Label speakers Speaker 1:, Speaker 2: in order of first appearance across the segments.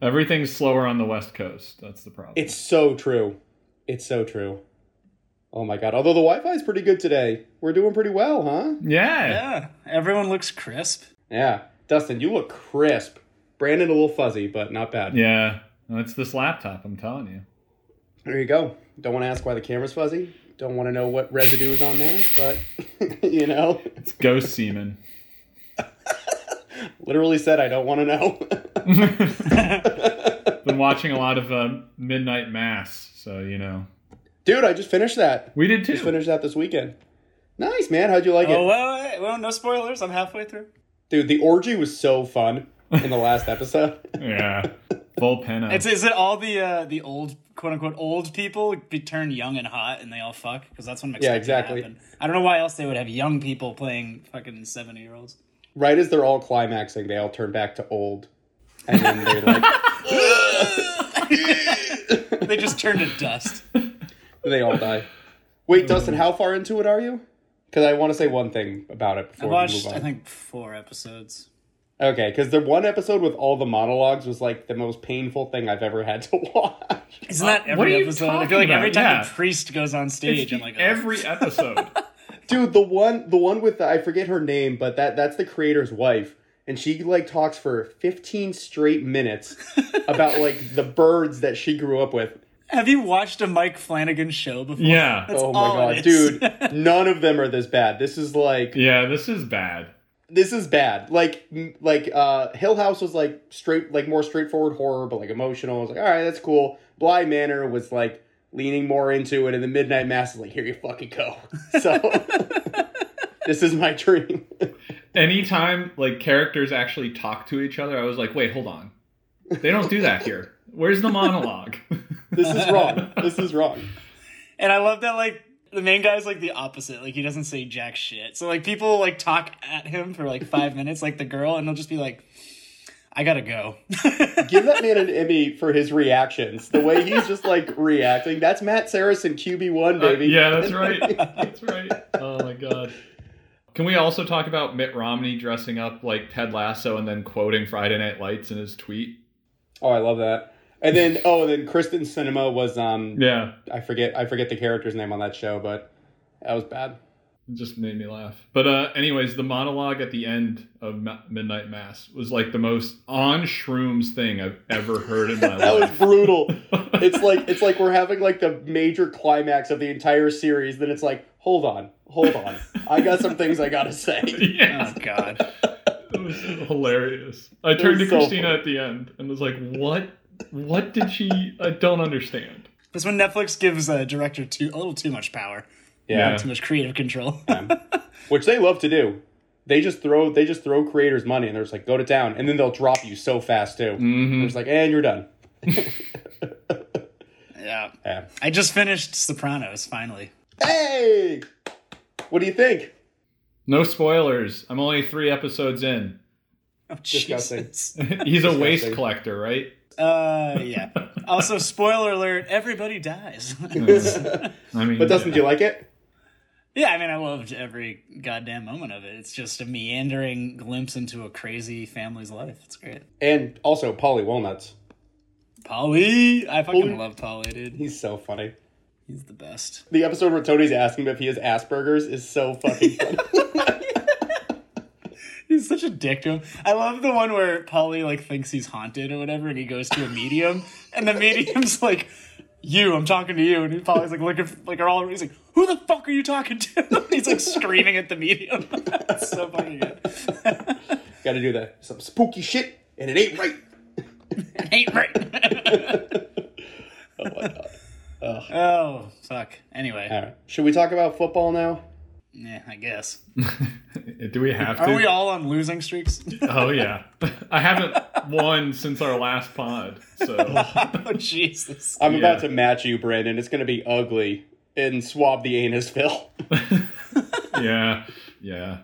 Speaker 1: Everything's slower on the West Coast. That's the problem.
Speaker 2: It's so true. It's so true. Oh my god! Although the Wi-Fi is pretty good today, we're doing pretty well, huh?
Speaker 1: yeah.
Speaker 3: Yeah, everyone looks crisp.
Speaker 2: Yeah, Dustin, you look crisp. Brandon a little fuzzy, but not bad.
Speaker 1: Yeah. No, It's this laptop, I'm telling you.
Speaker 2: There you go. Don't want to ask why the camera's fuzzy. Don't want to know what residue is on there, but you know,
Speaker 1: It's ghost semen.
Speaker 2: literally said I don't want to know.
Speaker 1: Been watching a lot of uh, Midnight Mass, so you know.
Speaker 2: Dude, I just finished that.
Speaker 1: We did too.
Speaker 2: Just finished that this weekend. Nice man. How'd you like
Speaker 3: Oh,
Speaker 2: it,
Speaker 3: well, hey, well, no spoilers. I'm halfway through.
Speaker 2: dude? The orgy was so fun in the last episode.
Speaker 1: Yeah. Volpena.
Speaker 3: It's is it all the uh, the old quote unquote old people be turned young and hot and they all fuck because that's what I'm expecting
Speaker 2: exactly.
Speaker 3: to happen. I don't know why else they would have young people playing fucking seventy year olds.
Speaker 2: right as they're all climaxing, they all turn back to old, and then they like
Speaker 3: They just turn to dust.
Speaker 2: they all die. Wait, Dustin, how far into it are you? Because I want to say one thing about it
Speaker 3: I
Speaker 2: before we
Speaker 3: watched
Speaker 2: move on.
Speaker 3: I think four episodes.
Speaker 2: Okay, because the one episode with all the monologues was like the most painful thing I've ever had to watch.
Speaker 3: Isn't that
Speaker 1: what are
Speaker 3: every
Speaker 1: you
Speaker 3: episode? I
Speaker 1: talking
Speaker 3: feel like
Speaker 1: about?
Speaker 3: every time
Speaker 1: Yeah.
Speaker 3: a priest goes on stage,
Speaker 1: It's
Speaker 3: I'm like, oh.
Speaker 1: every episode.
Speaker 2: Dude, the one the one with the, I forget her name, but that that's the creator's wife, and she like talks for 15 straight minutes about like the birds that she grew up with.
Speaker 3: Have you watched a Mike Flanagan show before?
Speaker 1: yeah.
Speaker 2: Oh my
Speaker 3: all
Speaker 2: god,
Speaker 3: it is.
Speaker 2: dude, none of them are this bad. This is like
Speaker 1: Yeah, this is bad.
Speaker 2: this is bad. Like m- like uh Hill House was like straight like more straightforward horror, but like emotional. I was like, all right, that's cool. Bly Manor was like leaning more into it, and the Midnight Mass is like, here you fucking go. So this is my dream.
Speaker 1: Anytime like characters actually talk to each other, I was like, wait, hold on. They don't do that here. Where's the monologue?
Speaker 2: this is wrong. This is wrong.
Speaker 3: And I love that like the main guy's like the opposite. Like he doesn't say jack shit. So like people like talk at him for like five minutes, like the girl, and he'll just be like, I gotta go.
Speaker 2: Give that man an Emmy for his reactions. The way he's just like reacting. That's Matt Saracen QB one baby.
Speaker 1: Uh, yeah, that's right. That's right. Oh my god. Can we also talk about Mitt Romney dressing up like Ted Lasso and then quoting Friday Night Lights in his tweet?
Speaker 2: Oh, I love that. And then oh, and then Kristen Cinema was um
Speaker 1: Yeah,
Speaker 2: I forget I forget the character's name on that show, but that was bad.
Speaker 1: it just made me laugh. But uh anyways, the monologue at the end of Ma- Midnight Mass was like the most on shrooms thing I've ever heard in my
Speaker 2: That was
Speaker 1: life.
Speaker 2: brutal. it's like it's like we're having like the major climax of the entire series. Then it's like, hold on, hold on. I got some things I gotta say.
Speaker 3: Oh
Speaker 1: yeah,
Speaker 3: god.
Speaker 1: it was hilarious. I turned to
Speaker 2: was so
Speaker 1: Christina
Speaker 2: funny.
Speaker 1: at the end and was like, "What? What did she? I don't understand."
Speaker 3: That's when Netflix gives a director too a little too much power.
Speaker 1: Yeah.
Speaker 3: Too much creative control.
Speaker 2: Which they love to do. They just throw they just throw creators money and they're just like, go to town, and then they'll drop you so fast too.
Speaker 1: Mm.
Speaker 2: They're just like, and you're done.
Speaker 3: yeah.
Speaker 2: Yeah.
Speaker 3: I just finished Sopranos finally.
Speaker 2: Hey! What do you think?
Speaker 1: No spoilers. I'm only three episodes in.
Speaker 3: Oh
Speaker 2: Disgusting.
Speaker 3: Jesus.
Speaker 1: He's a waste
Speaker 2: Disgusting.
Speaker 1: collector, right?
Speaker 3: Uh yeah. Also, spoiler alert, everybody dies.
Speaker 1: I mean,
Speaker 2: But Dustin, do you like it?
Speaker 3: Yeah, I mean, I loved every goddamn moment of it. It's just a meandering glimpse into a crazy family's life. It's great.
Speaker 2: And also Polly Walnuts.
Speaker 3: Polly, I fucking
Speaker 2: Polly.
Speaker 3: love Polly, dude.
Speaker 2: He's so funny.
Speaker 3: He's the best.
Speaker 2: The episode where Tony's asking him if he has Asperger's is so fucking funny.
Speaker 3: He's such a dick to him. I love the one where Polly like thinks he's haunted or whatever, and he goes to a medium, and the medium's like, "You, I'm talking to you," and Polly's like looking for, like are all he's like, "Who the fuck are you talking to?" he's like screaming at the medium. It's so fucking good.
Speaker 2: Gotta do that. Some spooky shit, and it ain't right.
Speaker 3: ain't right.
Speaker 2: Oh my god.
Speaker 3: oh fuck. Anyway,
Speaker 2: All right. Should we talk about football now?
Speaker 3: yeah, I guess.
Speaker 1: do we have to?
Speaker 3: Are we all on losing streaks?
Speaker 1: oh yeah, I haven't won since our last pod. So
Speaker 3: oh Jesus!
Speaker 2: I'm
Speaker 1: Yeah.
Speaker 2: about to match you, Brandon. It's gonna be ugly. And swab the anus, Phil.
Speaker 1: yeah, yeah.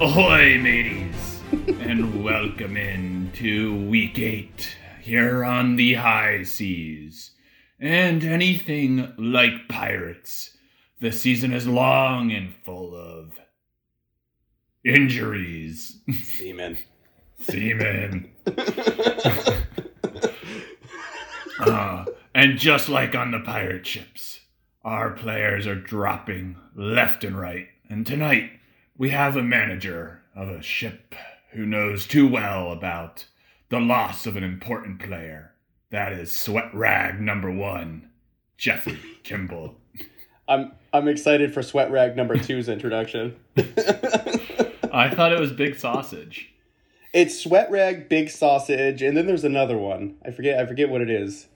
Speaker 1: Ahoy, mateys, and welcome in to week eight here on the high seas. And anything like pirates, the season is long and full of injuries.
Speaker 2: Seaman.
Speaker 1: Seamen. Uh, and just like on the pirate ships, our players are dropping left and right. And tonight, we have a manager of a ship who knows too well about the loss of an important player. That is sweat rag number one, Jeffrey Kimball.
Speaker 2: I'm I'm excited for Sweat Rag number two's introduction.
Speaker 1: I thought it was Big Sausage.
Speaker 2: it's Sweat Rag, Big Sausage, and then there's another one. I forget I forget what it is.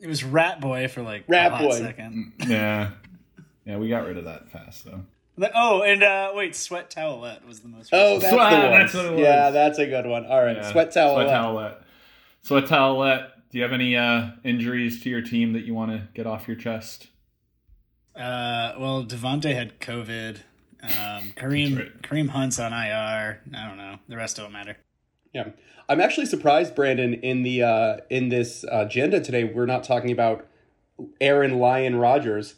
Speaker 3: It was Rat Boy for like
Speaker 2: Rat
Speaker 3: a hot
Speaker 2: Boy.
Speaker 3: second.
Speaker 1: Yeah. Yeah, we got rid of that fast, though.
Speaker 3: But- oh, and uh, wait, Sweat Towelette was the most.
Speaker 2: Oh,
Speaker 3: recent.
Speaker 2: that's
Speaker 1: Sweat-
Speaker 2: the one.
Speaker 1: that's what it was.
Speaker 2: Yeah, that's a good one. All right,
Speaker 1: Yeah,
Speaker 2: Sweat Towel.
Speaker 1: Sweat towelette. Sweat towelette. Do you have any uh, injuries to your team that you want to get off your chest?
Speaker 3: Uh, well, Devonte had COVID. Um, Kareem
Speaker 1: That's right.
Speaker 3: Kareem Hunt's on IR. I don't know. The rest don't matter.
Speaker 2: Yeah, I'm actually surprised, Brandon. In the uh, in this agenda today, we're not talking about Aaron Lyon Rodgers.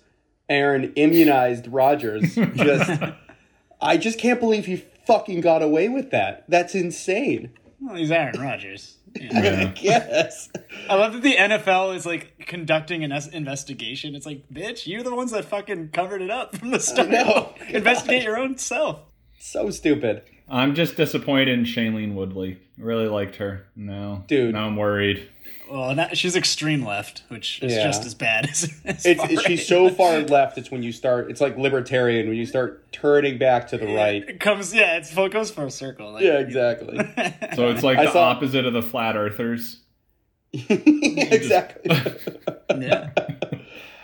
Speaker 2: Aaron immunized Rodgers. Just, I just can't believe he fucking got away with that. That's insane.
Speaker 3: Well, he's Aaron Rodgers. Yeah.
Speaker 2: I guess.
Speaker 3: I love that the NFL is like conducting an es- investigation. It's like, bitch, you're the ones that fucking covered it up from the start.
Speaker 2: know.
Speaker 3: Investigate your own self.
Speaker 2: So stupid,
Speaker 1: I'm just disappointed in Shailene Woodley. I really liked her. No.
Speaker 2: Dude.
Speaker 1: Now I'm worried.
Speaker 3: Well, and that, she's extreme left, which is
Speaker 2: Yeah.
Speaker 3: just as bad as. as
Speaker 2: it's,
Speaker 3: far
Speaker 2: it's-
Speaker 3: right.
Speaker 2: she's so far left. It's when you start. It's like libertarian when you start turning back to the right.
Speaker 3: It comes, yeah, it's full goes full circle. Like,
Speaker 2: Yeah, exactly.
Speaker 1: So it's like
Speaker 2: I
Speaker 1: the
Speaker 2: saw-
Speaker 1: opposite of the flat earthers.
Speaker 2: exactly.
Speaker 3: yeah.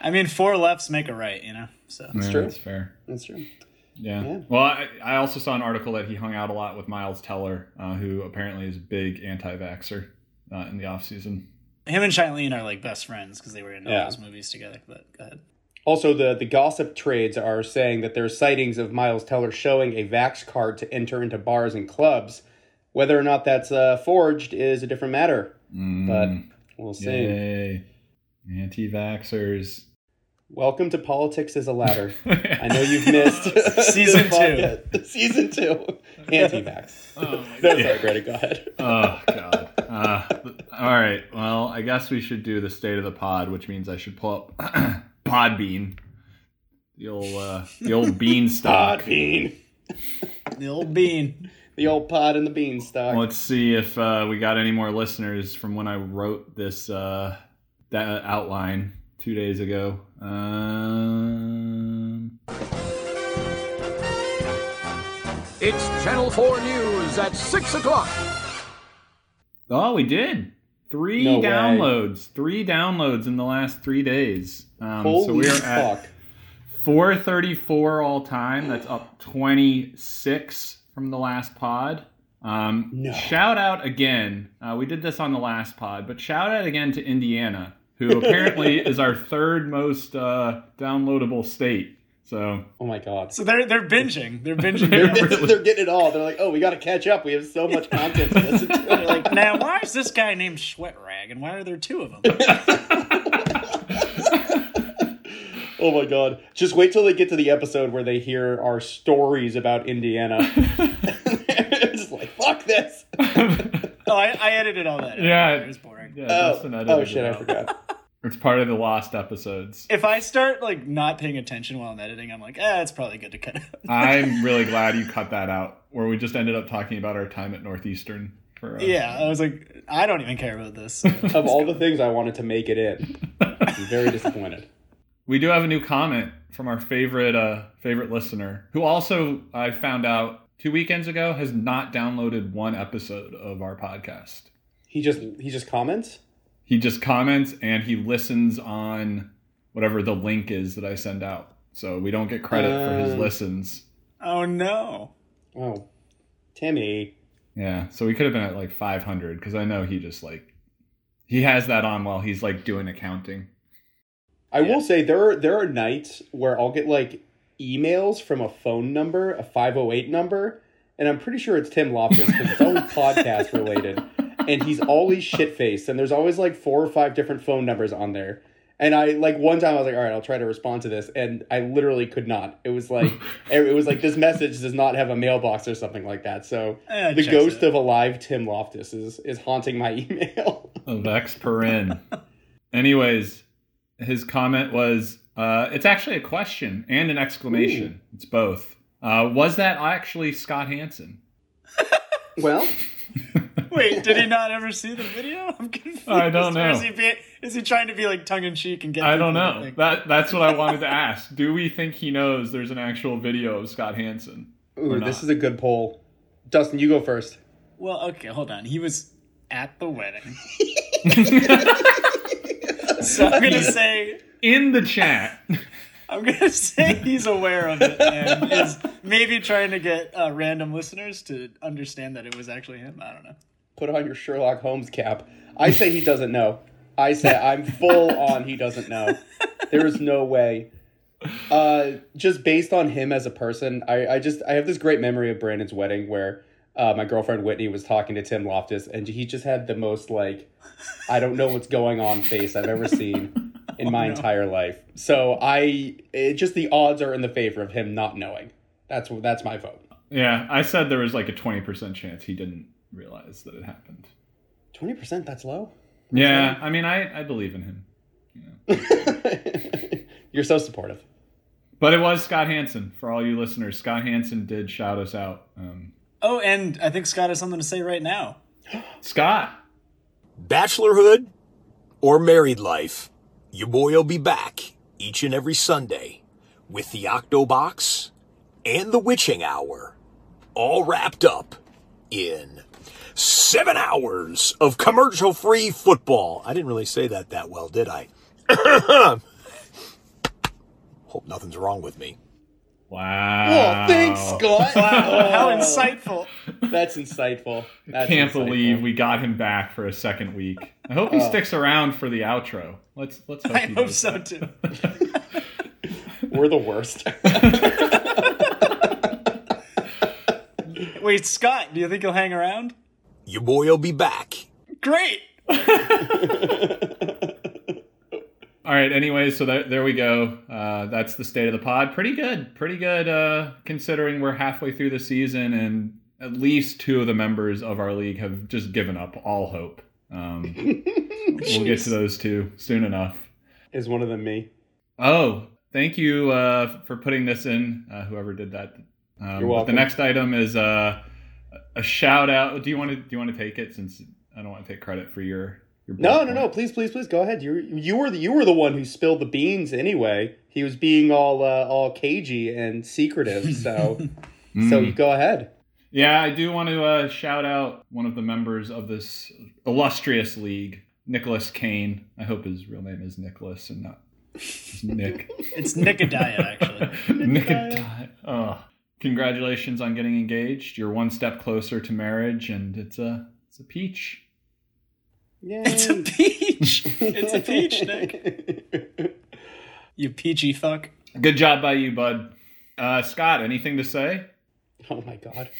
Speaker 3: I mean, four lefts make a right, you know. So
Speaker 1: Yeah,
Speaker 2: true.
Speaker 1: That's fair.
Speaker 2: That's true.
Speaker 1: Yeah.
Speaker 2: Yeah.
Speaker 1: Well, I, I also saw an article that he hung out a lot with Miles Teller, uh, who apparently is a big anti-vaxxer uh, in the off season.
Speaker 3: him and Shailene are like best friends because they were in all
Speaker 2: Yeah.
Speaker 3: those movies together. But go ahead.
Speaker 2: Also, the, the gossip trades are saying that there are sightings of Miles Teller showing a Vax card to enter into bars and clubs. Whether or not that's uh, forged is a different matter, but
Speaker 1: Mm,
Speaker 2: we'll see.
Speaker 1: yay. Anti-vaxxers.
Speaker 2: Welcome to Politics as a Ladder. I
Speaker 1: I
Speaker 2: know you've missed
Speaker 3: Season
Speaker 2: the podcast. Season two. Anti Vax.
Speaker 1: Oh, my
Speaker 2: No, sorry, Greta, go ahead.
Speaker 1: oh god. Uh, all right. Well, I guess we should do the state of the pod, which means I should pull up Podbean, the old uh, the old beanstalk.
Speaker 2: Pod bean.
Speaker 3: The old bean.
Speaker 2: The old pod and the beanstalk.
Speaker 1: Let's see if uh, we got any more listeners from when I wrote this uh, that outline two days ago. Um,
Speaker 4: It's Channel 4 News at 6 o'clock.
Speaker 1: oh, we did. Three
Speaker 2: No way.
Speaker 1: downloads. Three downloads in the last three days. Um,
Speaker 2: Holy
Speaker 1: so we are at
Speaker 2: fuck.
Speaker 1: 434 all time. That's up 26 from the last pod. Um,
Speaker 2: No.
Speaker 1: Shout out again. Uh, we did this on the last pod, but shout out again to Indiana, who apparently is our third most uh, downloadable state. So
Speaker 2: Oh my god.
Speaker 3: So they're they're binging. They're binging.
Speaker 1: They're
Speaker 3: now.
Speaker 1: really-
Speaker 2: They're getting it all. They're like, oh, we got to catch up. We have so much content to listen to. They're like,
Speaker 3: now, why is this guy named Sweatrag, and why are there two of them?
Speaker 2: Oh my god. Just wait till they get to the episode where they hear our stories about Indiana. it's like, fuck this.
Speaker 3: Oh, I, I edited all that. out.
Speaker 1: Yeah.
Speaker 3: it was boring.
Speaker 1: yeah,
Speaker 2: Oh,
Speaker 1: Dustin edited
Speaker 2: oh
Speaker 1: it
Speaker 2: shit, I
Speaker 1: out.
Speaker 2: forgot.
Speaker 1: It's part of the lost episodes.
Speaker 3: If I start like not paying attention while I'm editing, I'm like, ah, it's probably good to cut out.
Speaker 1: Uh, I'm really glad you cut that out, where we just ended up talking about our time at Northeastern. For, uh,
Speaker 3: Yeah, I was like, I don't even care about this.
Speaker 2: of all the things I wanted to make it in, I'm very disappointed.
Speaker 1: We do have a new comment from our favorite uh, favorite listener, who also I found out two weekends ago has not downloaded one episode of our podcast.
Speaker 2: He just he just comments?
Speaker 1: He just comments and he listens on whatever the link is that I send out, so we don't get credit for his
Speaker 2: Um.
Speaker 1: listens.
Speaker 3: oh no.
Speaker 2: Oh. Timmy.
Speaker 1: Yeah, so we could have been at like 500 because I know he just like he has that on while he's like doing accounting.
Speaker 2: I will say there are there are nights where I'll get like emails from a phone oh number, a 508 number, and I'm pretty sure it's Tim Loftus because it's always podcast related, and he's always shit faced, and there's always like four or five different phone numbers on there. And I like one time I was like, all right, I'll try to respond to this, and I literally could not. It was like it was like this message does not have a mailbox or something like that. So
Speaker 3: Eh, it
Speaker 2: the
Speaker 3: checks
Speaker 2: ghost
Speaker 3: out.
Speaker 2: of a live Tim Loftus is is haunting my email.
Speaker 1: Lex Perrin. Anyways, his comment was uh, it's actually a question and an exclamation. It's both. Uh, was that actually Scott Hansen?
Speaker 2: well,
Speaker 3: Wait, did he not ever see the video? I'm confused.
Speaker 1: I don't
Speaker 3: Or Is
Speaker 1: know.
Speaker 3: he, be, is he trying to be like tongue in cheek and get?
Speaker 1: I
Speaker 3: people
Speaker 1: don't
Speaker 3: to
Speaker 1: know.
Speaker 3: think-
Speaker 1: That that's what I wanted to ask. Do we think he knows there's an actual video of Scott Hansen?
Speaker 2: ooh,
Speaker 1: not.
Speaker 2: this is a good poll. Dustin, you go first.
Speaker 3: Well, okay, hold on. He was at the wedding. so I'm gonna say
Speaker 1: In the chat.
Speaker 3: I'm gonna say he's aware of it and is maybe trying to get uh, random listeners to understand that it was actually him. I don't know.
Speaker 2: Put on your Sherlock Holmes cap. I say he doesn't know. I say I'm full on he doesn't know. There is no way. Uh, just based on him as a person, I, I just I have this great memory of Brandon's wedding where uh, my girlfriend Whitney was talking to Tim Loftus and he just had the most like I don't know what's going on face I've ever seen in my entire life. So I it, just the odds are in the favor of him not knowing. That's that's my vote.
Speaker 1: yeah, I said there was like a 20% chance he didn't realize that it happened.
Speaker 2: Twenty percent. That's low.
Speaker 1: Yeah, I mean, I, I believe in him.
Speaker 2: You're so supportive.
Speaker 1: But it was Scott Hansen. For all you listeners, Scott Hansen did shout us out. Um,
Speaker 3: Oh, and I think Scott has something to say right now.
Speaker 1: Scott,
Speaker 5: Bachelorhood or married life, your boy will be back each and every Sunday with the Octobox and the Witching Hour, all wrapped up in seven hours of commercial free football. I didn't really say that that well, did I? Hope nothing's wrong with me.
Speaker 1: Wow.
Speaker 2: Oh, thanks, Scott.
Speaker 3: How
Speaker 2: Oh.
Speaker 3: insightful!
Speaker 2: That's insightful. That's
Speaker 1: Can't
Speaker 2: insightful.
Speaker 1: believe we got him back for a second week. I hope he sticks around for the outro. Let's let's hope
Speaker 3: Oh. I
Speaker 1: he
Speaker 3: hope
Speaker 1: does
Speaker 3: so
Speaker 1: that.
Speaker 3: too.
Speaker 2: we're the worst.
Speaker 3: Wait, Scott, do you think he'll hang around?
Speaker 5: Your boy will be back
Speaker 3: Great.
Speaker 1: All right. Anyways, so there, there we go. Uh, that's the state of the pod. Pretty good. Pretty good uh, considering we're halfway through the season and at least two of the members of our league have just given up all hope. Um, we'll get to those two soon enough.
Speaker 2: Is one of them me?
Speaker 1: Oh, thank you uh, for putting this in, uh, whoever did that. Um,
Speaker 2: You're
Speaker 1: but The
Speaker 2: welcome.
Speaker 1: next item is uh, a shout out. Do you want to do you want to take it since I don't want to take credit for your your
Speaker 2: No,
Speaker 1: bullet
Speaker 2: no,
Speaker 1: point.
Speaker 2: no. Please, please, please go ahead. You you were the you were the one who spilled the beans anyway. He was being all uh, all cagey and secretive. So
Speaker 1: Mm.
Speaker 2: so you go ahead.
Speaker 1: Yeah, I do want to uh, shout out one of the members of this illustrious league, Nicholas Kane. I hope his real name is Nicholas and not Nick.
Speaker 3: It's Nicodiah, actually.
Speaker 1: Nicodiah. Oh, congratulations on getting engaged. You're one step closer to marriage, and it's a it's a peach.
Speaker 2: Yay.
Speaker 3: It's a peach. It's a peach, Nick. You peachy fuck.
Speaker 1: Good job by you, bud. Uh, Scott, anything to say? Uh,
Speaker 2: oh my god.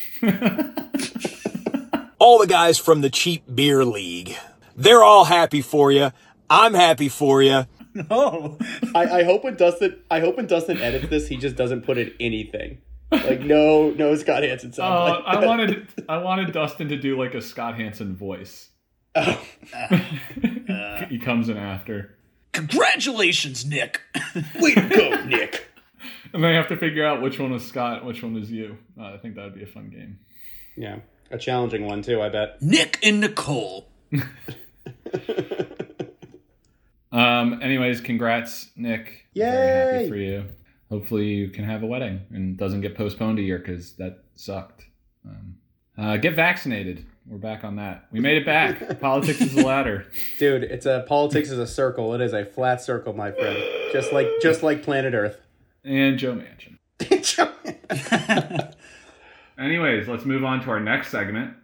Speaker 5: all the guys from the Cheap Beer League. They're all happy for you. I'm happy for you.
Speaker 3: Oh,
Speaker 2: I, I hope when Dustin I hope when Dustin edits this, he just doesn't put in anything. Like no, no Scott Hansen
Speaker 1: Oh,
Speaker 2: sound. like
Speaker 1: I wanted I wanted Dustin to do like a Scott Hansen voice.
Speaker 2: Oh.
Speaker 1: he comes in after,
Speaker 3: congratulations, Nick.
Speaker 2: Way to go, Nick.
Speaker 1: and they have to figure out which one was Scott, which one was you. Uh, I think that would be a fun game.
Speaker 2: Yeah, a challenging one too. I bet.
Speaker 3: Nick and Nicole.
Speaker 1: Um. Anyways, congrats, Nick. I'm Very happy
Speaker 2: Yay!
Speaker 1: for you. Hopefully, you can have a wedding and it doesn't get postponed a year because that sucked. Um, uh, get vaccinated. We're back on that. We made it back. Politics is the ladder.
Speaker 2: Dude, it's a politics is a circle. It is a flat circle, my friend. Just like just like planet Earth.
Speaker 1: And Joe Manchin. Anyways, let's move on to our next segment.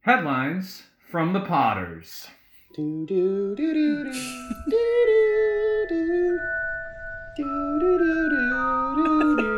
Speaker 1: Headlines from the Potters.
Speaker 2: Do, do, do, do, do, do, do, do. Do, do, do, do, do, do.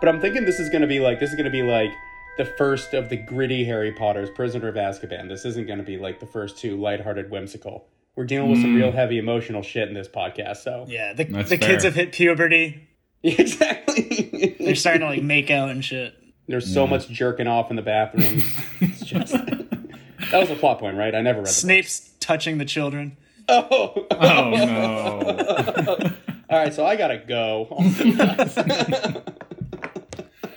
Speaker 2: But I'm thinking this is going to be like this is going to be like the first of the gritty Harry Potter's Prisoner of Azkaban. This isn't going to be like the first two lighthearted whimsical. We're dealing with some real heavy emotional shit in this podcast, so
Speaker 3: Yeah, the,
Speaker 1: That's
Speaker 3: the kids
Speaker 1: fair.
Speaker 3: have hit puberty. They're
Speaker 2: exactly.
Speaker 3: starting to like make out and shit.
Speaker 2: There's so much jerking off in the bathroom. It's just- that was a plot point, right? I never read the
Speaker 3: Snape's touching the children.
Speaker 2: book. Oh,
Speaker 1: Oh no.
Speaker 2: all right. So I gotta go.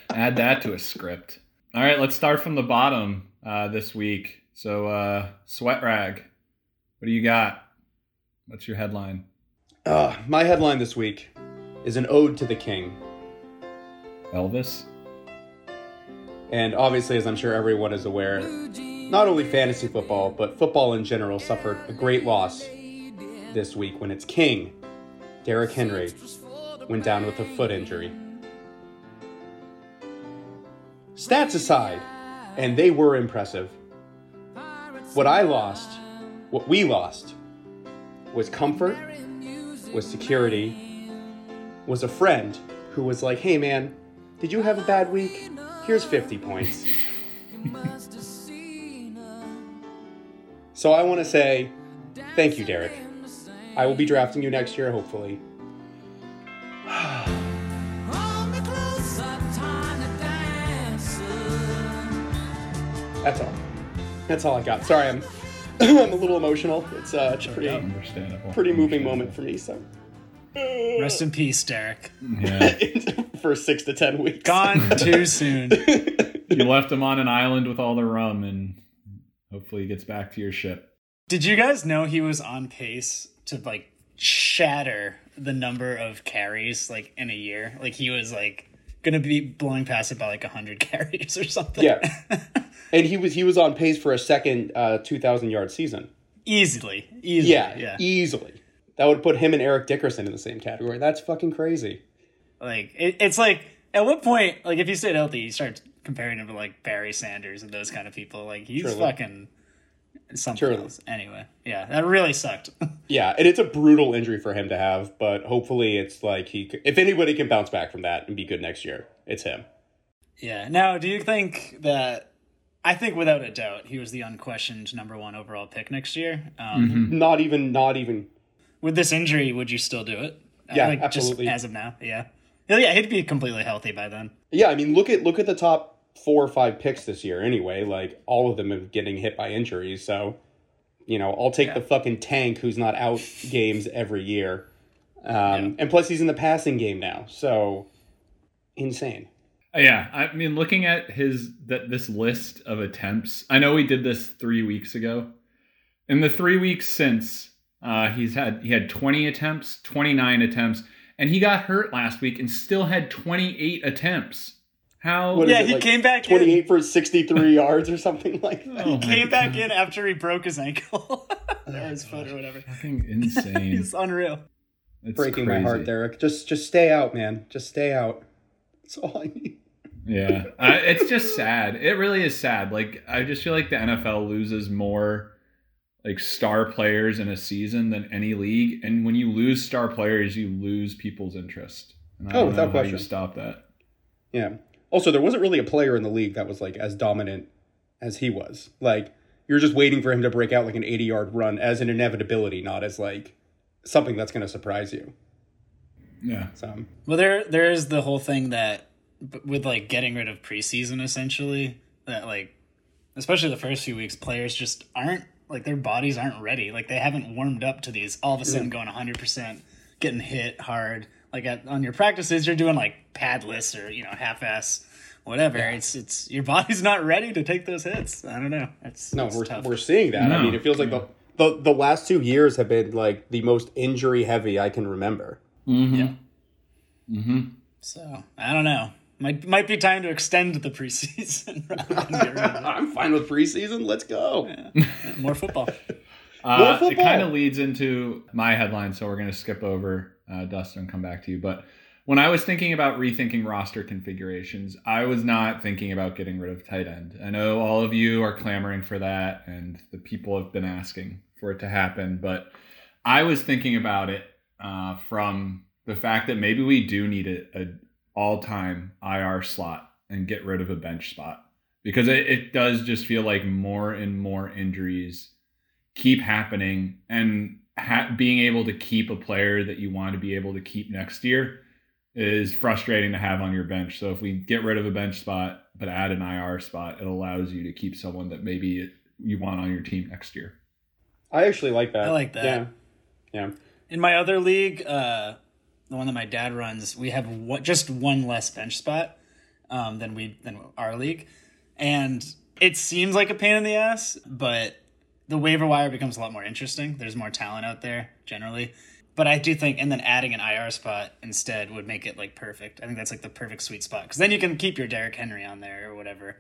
Speaker 1: Add that to a script. All right, let's start from the bottom uh, this week. So, uh, Sweat Rag, what do you got? What's your headline?
Speaker 2: Uh, my headline this week is an ode to the king.
Speaker 1: Elvis?
Speaker 2: And obviously, as I'm sure everyone is aware, not only fantasy football, but football in general suffered a great loss this week when its king, Derrick Henry, went down with a foot injury. Stats aside, and they were impressive, what I lost, what we lost, was comfort, was security, was a friend who was like, hey man, did you have a bad week? Here's 50 points. so I want to say thank you, Derek. I will be drafting you next year, hopefully. That's all. That's all I got. Sorry, I'm I'm a little emotional. It's uh, it's a pretty
Speaker 1: Understandable.
Speaker 2: pretty moving moment for me. So
Speaker 3: Rest in peace, Derek.
Speaker 1: Yeah.
Speaker 2: for six to ten weeks.
Speaker 3: Gone too soon.
Speaker 1: you left him on an island with all the rum, and hopefully he gets back to your ship.
Speaker 3: Did you guys know he was on pace to like shatter the number of carries like in a year? Like he was like gonna be blowing past it by like hundred carries or something.
Speaker 2: Yeah. and he was he was on pace for a second uh, two thousand yard season.
Speaker 3: easily, easily.
Speaker 2: Yeah,
Speaker 3: Yeah,
Speaker 2: easily. That would put him and Eric Dickerson in the same category. That's fucking crazy.
Speaker 3: Like it, it's like at what point? Like if you stayed healthy, you start comparing him to like Barry Sanders and those kind of people. Like he's
Speaker 2: Truly.
Speaker 3: fucking something
Speaker 2: Truly.
Speaker 3: else. Anyway, yeah, that really sucked.
Speaker 2: Yeah, and it's a brutal injury for him to have, but hopefully it's like he c- if anybody can bounce back from that and be good next year, it's him.
Speaker 3: Yeah. Now, do you think that? I think without a doubt, he was the unquestioned number one overall pick next year. Um,
Speaker 2: Not even not even
Speaker 3: With this injury, would you still do it? I
Speaker 2: Yeah,
Speaker 3: think
Speaker 2: absolutely.
Speaker 3: Just as of now, yeah. Yeah, Yeah, he'd be completely healthy by then.
Speaker 2: Yeah, I mean look at look at the top 4 or 5 picks this year anyway, like all of them are getting hit by injuries, so you know, I'll take the fucking tank who's not out games every year. Um, and plus he's in the passing game now. So insane.
Speaker 1: Uh, Yeah, I mean, looking at his that this list of attempts, I know we did this three weeks ago. In the three weeks since, uh, he's had he had 20 attempts, 29 attempts, and he got hurt last week and still had 28 attempts. How?
Speaker 2: What is
Speaker 3: Yeah, he came back in.
Speaker 2: 28 for 63 yards or something like that.
Speaker 1: Oh my
Speaker 3: Came back in after he broke his ankle or his foot or whatever.
Speaker 1: fucking insane!
Speaker 3: He's unreal.
Speaker 1: It's
Speaker 2: breaking my
Speaker 1: crazy.
Speaker 2: heart, Derek. Just just stay out, man. Just stay out. That's all I need.
Speaker 1: Yeah, uh, it's just sad. It really is sad. Like I just feel like the NFL loses more like star players in a season than any league, and when you lose star players, you lose people's interest. And I
Speaker 2: Oh,
Speaker 1: don't
Speaker 2: without
Speaker 1: know how you
Speaker 2: question.
Speaker 1: stop that.
Speaker 2: Yeah. Also, there wasn't really a player in the league that was like as dominant as he was. Like you're just waiting for him to break out like an 80 yard run as an inevitability, not as like something that's going to surprise you. Um,
Speaker 1: Yeah,
Speaker 2: So
Speaker 3: Well, there there is the whole thing that b- with like getting rid of preseason essentially that like especially the first few weeks players just aren't like their bodies aren't ready like they haven't warmed up to these all of a sudden going 100% getting hit hard like at, on your practices you're doing like padless or you know half-ass whatever it's it's your body's not ready to take those hits i don't know it's
Speaker 2: no,
Speaker 3: it's
Speaker 2: we're
Speaker 3: tough.
Speaker 2: we're seeing that. I
Speaker 1: No.
Speaker 2: mean, it feels like the, the the last two years have been like the most injury heavy I can remember.
Speaker 1: Mm-hmm.
Speaker 3: so i don't know might might be time to extend the preseason rather than get rid of
Speaker 2: I'm fine with preseason. Let's go.
Speaker 3: it. more football
Speaker 1: uh,
Speaker 2: More
Speaker 1: it
Speaker 2: football.
Speaker 1: kind of leads into my headline, so we're gonna skip over uh, Dustin and come back to you. But when I was thinking about rethinking roster configurations, I was not thinking about getting rid of tight end. I know all of you are clamoring for that, and the people have been asking for it to happen, but I was thinking about it uh, from the fact that maybe we do need a, a all time IR slot and get rid of a bench spot because it, it does just feel like more and more injuries keep happening and ha- being able to keep a player that you want to be able to keep next year is frustrating to have on your bench. So if we get rid of a bench spot but add an IR spot, it allows you to keep someone that maybe you want on your team next year.
Speaker 2: I actually like that.
Speaker 3: I like that.
Speaker 2: Yeah. Yeah.
Speaker 3: In my other league, uh, the one that my dad runs, we have one, just one less bench spot um, than we than our league, and it seems like a pain in the ass, but the waiver wire becomes a lot more interesting. There's more talent out there generally, but I do think, and then adding an IR spot instead would make it like perfect. I think that's like the perfect sweet spot because then you can keep your Derrick Henry on there or whatever.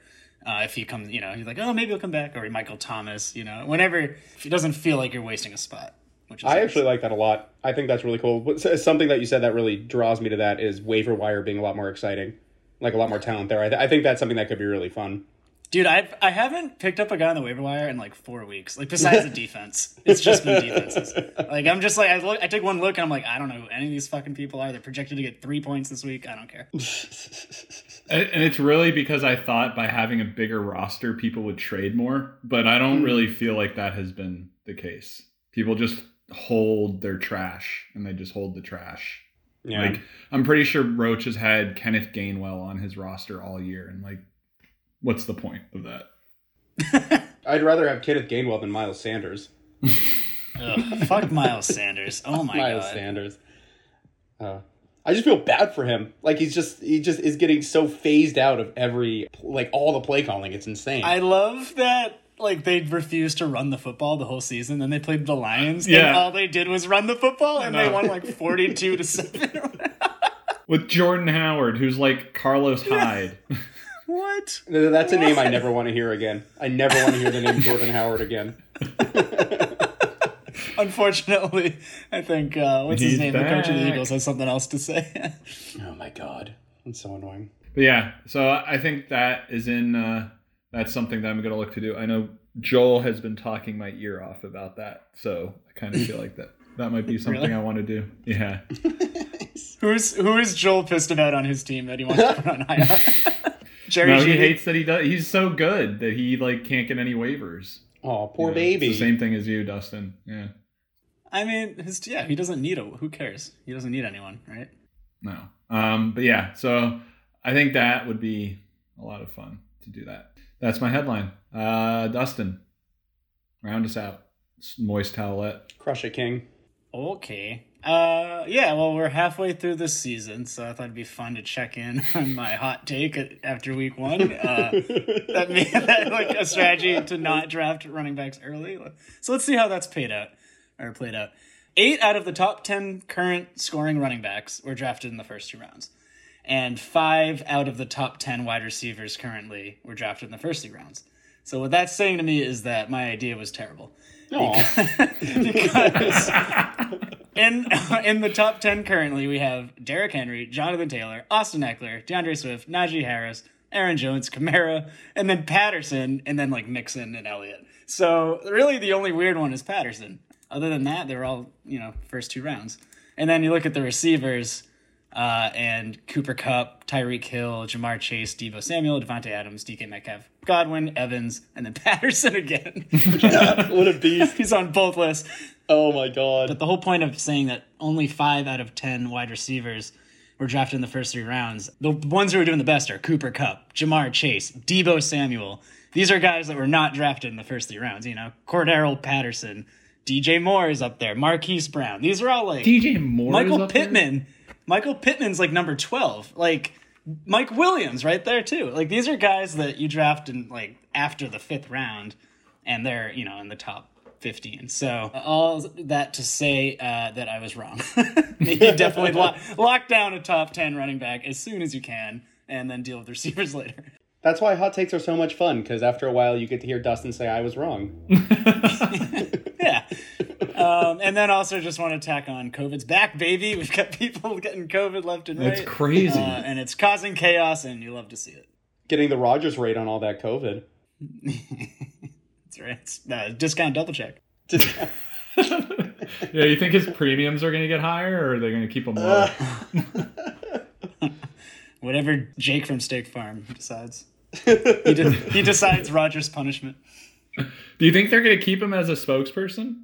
Speaker 3: Uh, if he comes, you know, he's like, oh, maybe he'll come back, or Michael Thomas, you know, whenever it doesn't feel like you're wasting a spot. Which is
Speaker 2: I
Speaker 3: nice.
Speaker 2: actually like that a lot. I think that's really cool. But s- something that you said that really draws me to that is waiver wire being a lot more exciting, like a lot more talent there. I, th- I think that's something that could be really fun.
Speaker 3: Dude, I I haven't picked up a guy on the waiver wire in like four weeks. Like besides the defense, it's just been defenses. Like I'm just like I look, I took one look and I'm like I don't know who any of these fucking people are. They're projected to get three points this week. I don't care.
Speaker 1: And and it's really because I thought by having a bigger roster, people would trade more, but I don't really feel like that has been the case. People just hold their trash and they just hold the trash.
Speaker 2: Yeah.
Speaker 1: Like I'm pretty sure Roach has had Kenneth Gainwell on his roster all year, and like, what's the point of that?
Speaker 2: I'd rather have Kenneth Gainwell than Miles Sanders.
Speaker 3: Ugh, fuck Miles Sanders. Oh my
Speaker 2: Miles
Speaker 3: god.
Speaker 2: Sanders. Uh, I just feel bad for him. Like he's just he just is getting so phased out of every like all the play calling. It's insane.
Speaker 3: I love that like they refused to run the football the whole season. Then they played the Lions.
Speaker 1: Yeah.
Speaker 3: and all they did was run the football, and they
Speaker 1: know.
Speaker 3: won like forty two to seven.
Speaker 1: With Jordan Howard, who's like Carlos Hyde.
Speaker 3: what?
Speaker 2: No, That's a name I never want to hear again. I never want to hear the name Jordan Howard again.
Speaker 3: Unfortunately, I think uh, what's his
Speaker 1: He's
Speaker 3: name, the coach of the
Speaker 1: back.
Speaker 3: Eagles, has something else to say.
Speaker 2: Oh my god, that's so annoying.
Speaker 1: But yeah, so I think that is in. Uh, that's something that I'm going to look to do. I know Joel has been talking my ear off about that, so I kind of feel like that that might be something
Speaker 3: Really?
Speaker 1: I want to do. Yeah,
Speaker 3: Who's who is Joel pissed about on his team that he wants to put on IR? Jerry
Speaker 1: no, he
Speaker 3: Judy?
Speaker 1: hates that he does. He's so good that he like can't get any waivers.
Speaker 2: Oh,
Speaker 1: You
Speaker 2: poor
Speaker 1: know,
Speaker 2: baby.
Speaker 1: It's the same thing as you, Dustin. Yeah,
Speaker 3: I mean, his yeah, he doesn't need a. Who cares? He doesn't need anyone, right?
Speaker 1: no. Um, but yeah, so I think that would be a lot of fun to do that. That's my headline. Uh, Dustin, round us out. Moist towelette.
Speaker 2: Crush it, King.
Speaker 3: Okay. Uh, yeah. Well, we're halfway through this season, so I thought it'd be fun to check in on my hot take a- after week one. Uh, that mean that like a strategy to not draft running backs early. So let's see how that's paid out or played out. Eight out of the top ten current scoring running backs were drafted in the first two rounds, and five out of the top ten wide receivers currently were drafted in the first three rounds. So what that's saying to me is that my idea was terrible
Speaker 2: Aw.
Speaker 3: because in in the top ten currently we have Derrick Henry, Jonathan Taylor, Austin Eckler, DeAndre Swift, Najee Harris, Aaron Jones, Kamara, and then Patterson, and then like Mixon and Elliott. So really, the only weird one is Patterson. Other than that, they're all you know first two rounds. And then you look at the receivers. Uh, and Cooper Cup, Tyreek Hill, Jamar Chase, Debo Samuel, Devontae Adams, DK Metcalf, Godwin, Evans, and then Patterson again.
Speaker 2: what a beast.
Speaker 3: He's on both lists.
Speaker 2: Oh my god.
Speaker 3: But the whole point of saying that only five out of 10 wide receivers were drafted in the first three rounds, the ones who were doing the best are Cooper Cup, Jamar Chase, Debo Samuel. These are guys that were not drafted in the first three rounds, you know? Cordero Patterson, DJ Moore is up there, Marquise Brown. These are all like
Speaker 1: DJ Moore. is
Speaker 3: Michael
Speaker 1: up there?
Speaker 3: Pittman. Michael Pittman's like number 12. Like Mike Williams right there too. Like these are guys that you draft in like after the 5th round and they're, you know, in the top 15. So uh, all that to say uh, that I was wrong. you definitely lock, lock down a top 10 running back as soon as you can and then deal with receivers later.
Speaker 2: That's why hot takes are so much fun, because after a while you get to hear Dustin say I was wrong.
Speaker 3: yeah. Um, and then also just want to tack on COVID's back, baby. We've got people getting COVID left and right.
Speaker 1: That's crazy.
Speaker 3: Uh, and it's causing chaos, and you love to see it.
Speaker 2: Getting the Rogers rate on all that COVID.
Speaker 3: That's right. It's, uh, discount double check.
Speaker 1: yeah, you
Speaker 2: Uh.
Speaker 1: think his premiums are going to get higher, or are they going to keep him low?
Speaker 3: Whatever Jake from Steak Farm decides. he, de- he decides Roger's punishment.
Speaker 1: Do you think they're going to keep him as a spokesperson?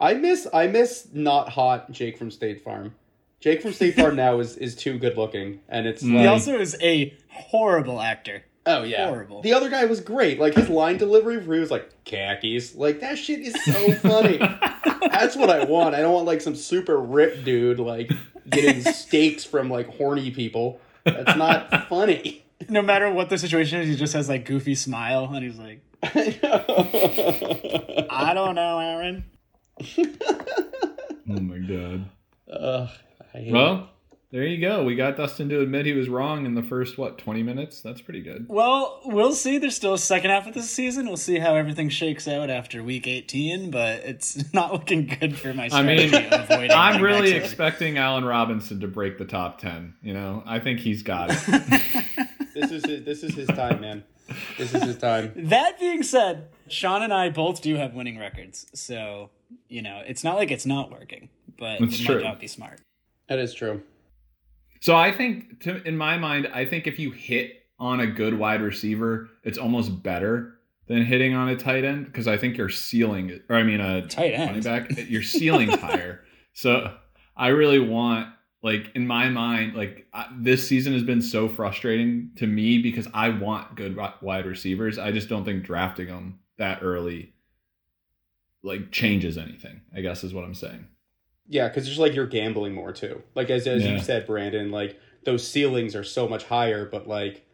Speaker 2: I miss I miss not hot Jake from State Farm. Jake from State Farm now is is too good looking, and it's
Speaker 3: He
Speaker 2: like,
Speaker 3: also is a horrible actor.
Speaker 2: oh yeah,
Speaker 3: horrible.
Speaker 2: The other guy was great. Like his line delivery, where he was like khakis, like that shit is so funny. That's what I want. I don't want like some super ripped dude like getting steaks from like horny people. That's not funny.
Speaker 3: No matter what the situation is, he just has like goofy smile and he's like, I don't know, Aaron.
Speaker 1: Oh my god.
Speaker 2: Ugh, I hate it.
Speaker 1: Well, there you go. We got Dustin to admit he was wrong in the first what twenty minutes. That's pretty good.
Speaker 3: Well, we'll see. There's still a second half of this season. We'll see how everything shakes out after week 18, but it's not looking good for my
Speaker 1: I mean,
Speaker 3: strategy of avoiding.
Speaker 1: I'm
Speaker 3: the
Speaker 1: really
Speaker 3: next one.
Speaker 1: expecting Allen Robinson to break the top ten. You know, I think he's got it.
Speaker 2: this is his, this is his time, man. This is his time.
Speaker 3: That being said, Sean and I both do have winning records, so you know it's not like it's not working, but
Speaker 1: That's
Speaker 3: it
Speaker 1: true.
Speaker 3: might not be smart.
Speaker 2: That is true.
Speaker 1: So I think, to, in my mind, I think if you hit on a good wide receiver, it's almost better than hitting on a tight end because I think your ceiling, or I mean a
Speaker 3: Tight
Speaker 1: running
Speaker 3: end.
Speaker 1: back, eh, your ceiling's higher. So I really want, like in my mind, like I, this season has been so frustrating to me because I want good wi- wide receivers. I just don't think drafting them that early like changes anything. I guess is what I'm saying.
Speaker 2: Yeah, because just like you're gambling more too. Like as as
Speaker 1: Yeah.
Speaker 2: you said, Brandon, like those ceilings are so much higher, but like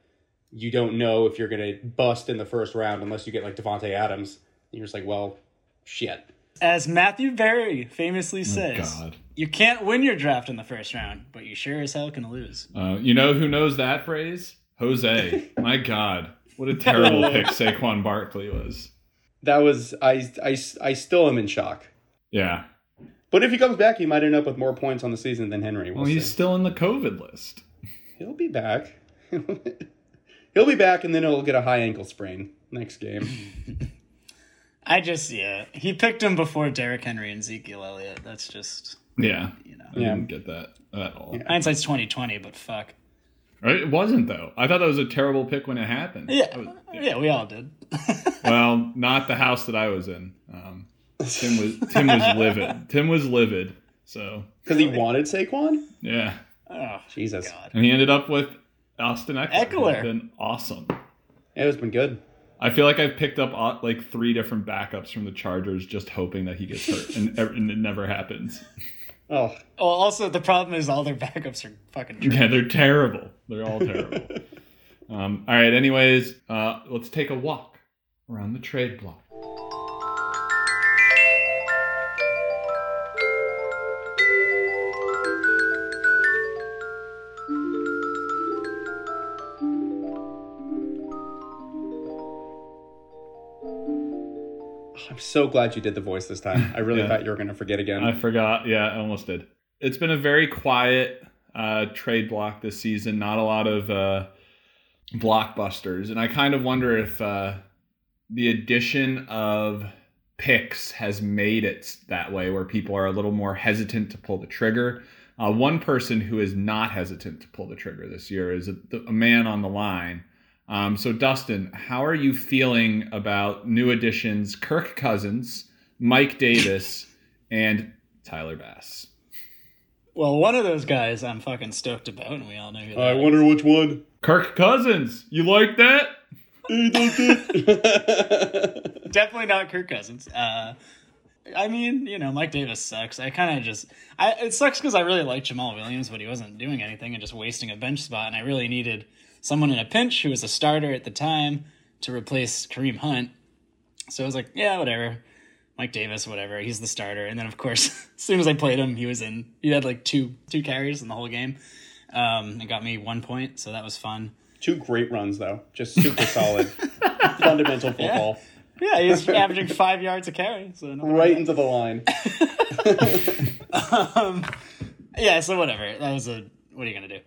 Speaker 2: you don't know if you're gonna bust in the first round unless you get like Devonte Adams. And you're just like, well, shit.
Speaker 3: As Matthew Berry famously says,
Speaker 1: Oh God.
Speaker 3: you can't win your draft in the first round, but you sure as hell can lose.
Speaker 1: Uh, you know who knows that phrase? Jose. My God, what a terrible pick Saquon Barkley was.
Speaker 2: That was I I I still am in shock.
Speaker 1: Yeah.
Speaker 2: But if he comes back, he might end up with more points on the season than Henry. We'll
Speaker 1: Well, he's
Speaker 2: see.
Speaker 1: still in the COVID list.
Speaker 2: He'll be back. he'll be back, and then he'll get a high ankle sprain next game.
Speaker 3: I just yeah, he picked him before Derrick Henry and Ezekiel Elliott. That's just
Speaker 1: Yeah.
Speaker 3: you know,
Speaker 1: I didn't get that at all.
Speaker 2: Yeah.
Speaker 3: hindsight's twenty twenty, but fuck.
Speaker 1: Right? It wasn't though. I thought that was a terrible pick when it happened. I
Speaker 3: Yeah,
Speaker 1: was-
Speaker 3: yeah, we all did.
Speaker 1: well, not the house that I was in. Um, Tim was Tim was livid. Tim was livid. So
Speaker 2: Because he wanted Saquon.
Speaker 1: yeah,
Speaker 3: Oh,
Speaker 2: Jesus,
Speaker 3: God.
Speaker 1: and he ended up with Austin Eckler. who's
Speaker 3: Eckler.
Speaker 1: been awesome.
Speaker 2: it has been good.
Speaker 1: I feel like I've picked up uh, like three different backups from the Chargers, just hoping that he gets hurt, and, ev- and it never happens.
Speaker 2: Oh,
Speaker 3: Well, also the problem is all their backups are fucking. trash.
Speaker 1: Yeah, they're terrible. They're all terrible. um, all right. Anyways, uh, let's take a walk around the trade block.
Speaker 2: I'm so glad you did the voice this time. I really
Speaker 1: Yeah.
Speaker 2: thought you were going to forget again.
Speaker 1: I forgot. Yeah, I almost did. It's been a very quiet uh, trade block this season. Not a lot of uh, blockbusters, and I kind of wonder if uh, the addition of picks has made it that way, where people are a little more hesitant to pull the trigger. Uh, one person who is not hesitant to pull the trigger this year is a, a man on the line. Um, so, Dustin, how are you feeling about new additions Kirk Cousins, Mike Davis, and Tyler Bass.
Speaker 3: Well, one of those guys I'm fucking stoked about, and we all know who. that is.
Speaker 2: wonder which one.
Speaker 1: Kirk Cousins, you like that?
Speaker 3: Definitely not Kirk Cousins. Uh, I mean, you know, Mike Davis sucks. I kind of just, I it sucks because I really like Jamal Williams, but he wasn't doing anything and just wasting a bench spot, and I really needed someone in a pinch who was a starter at the time to replace Kareem Hunt. So I was like, yeah, whatever. Mike Davis, whatever. He's the starter, and then of course, as soon as I played him, he was in. He had like two two carries in the whole game. Um, it got me one point, so that was fun.
Speaker 2: Two great runs though, just super solid, fundamental football,
Speaker 3: Yeah, he's averaging five yards a carry. So no
Speaker 2: right into the line.
Speaker 3: yeah, so whatever. That was a what are you gonna do?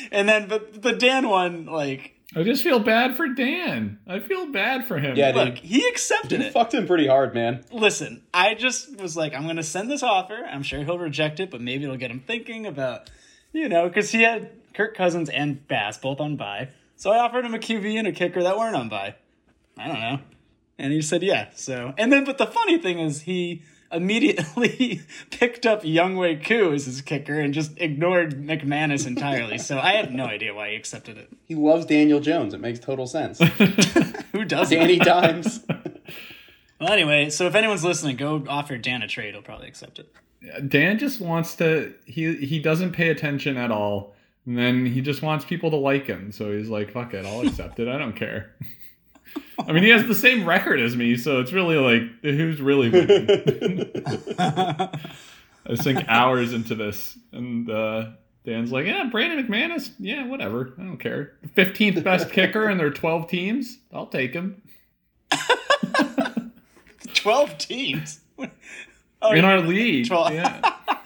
Speaker 3: and then the the Dan one, like
Speaker 1: I just feel bad for Dan. I feel bad for him.
Speaker 2: Yeah,
Speaker 3: look,
Speaker 2: dude,
Speaker 3: he accepted
Speaker 2: you
Speaker 3: it.
Speaker 2: fucked him pretty hard, man.
Speaker 3: Listen, I just was like, I'm gonna send this offer. I'm sure he'll reject it, but maybe it'll get him thinking about, you know, because he had Kirk Cousins and Bass both on bye. So I offered him a QB and a kicker that weren't on bye. I don't know. And he said yeah. So and then but the funny thing is he immediately picked up Young Wei Koo as his kicker and just ignored McManus entirely. so I had no idea why he accepted it.
Speaker 2: He loves Daniel Jones. It makes total sense.
Speaker 3: Who doesn't?
Speaker 2: Danny Dimes.
Speaker 3: Well anyway, so if anyone's listening, go offer Dan a trade, he'll probably accept it.
Speaker 1: Dan just wants to he he doesn't pay attention at all. And then he just wants people to like him. So he's like, fuck it, I'll accept it. I don't care. I mean, he has the same record as me, so it's really like who's really winning? I sink hours into this and uh Dan's like, yeah, Brandon McManus, yeah, whatever. I don't care. 15th best kicker in their 12 teams. I'll take him.
Speaker 3: Twelve teams. Oh,
Speaker 1: In
Speaker 3: you
Speaker 1: our
Speaker 3: mean
Speaker 1: league.
Speaker 3: 12.
Speaker 1: Yeah.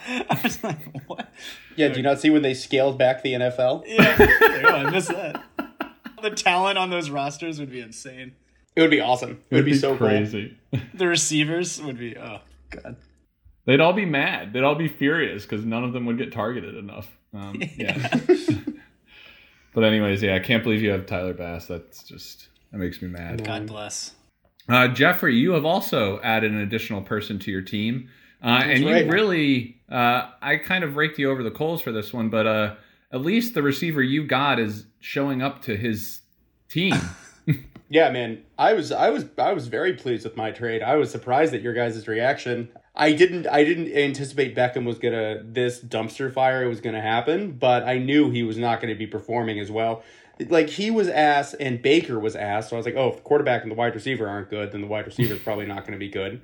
Speaker 3: I was like, what?
Speaker 2: Yeah, do you not see when they scaled back the NFL?
Speaker 3: Yeah, Ew, I missed that. The talent on those rosters would be insane.
Speaker 2: It would be awesome. It would be, so cool.
Speaker 1: crazy.
Speaker 3: The receivers would be oh god.
Speaker 1: They'd all be mad. They'd all be furious because none of them would get targeted enough. Um, yeah. but anyways, yeah, I can't believe you have Tyler Bass. That's just that makes me mad.
Speaker 3: God bless.
Speaker 1: Uh, Jeffrey, you have also added an additional person to your team, uh, and
Speaker 2: right.
Speaker 1: you really, uh, I kind of raked you over the coals for this one, but uh, at least the receiver you got is showing up to his team.
Speaker 2: Yeah, man. I was I was I was very pleased with my trade. I was surprised at your guys' reaction. I didn't I didn't anticipate Beckham was gonna this dumpster fire was gonna happen, but I knew he was not gonna be performing as well. Like he was ass and Baker was ass, so I was like, oh, if the quarterback and the wide receiver aren't good, then the wide receiver's probably not gonna be good.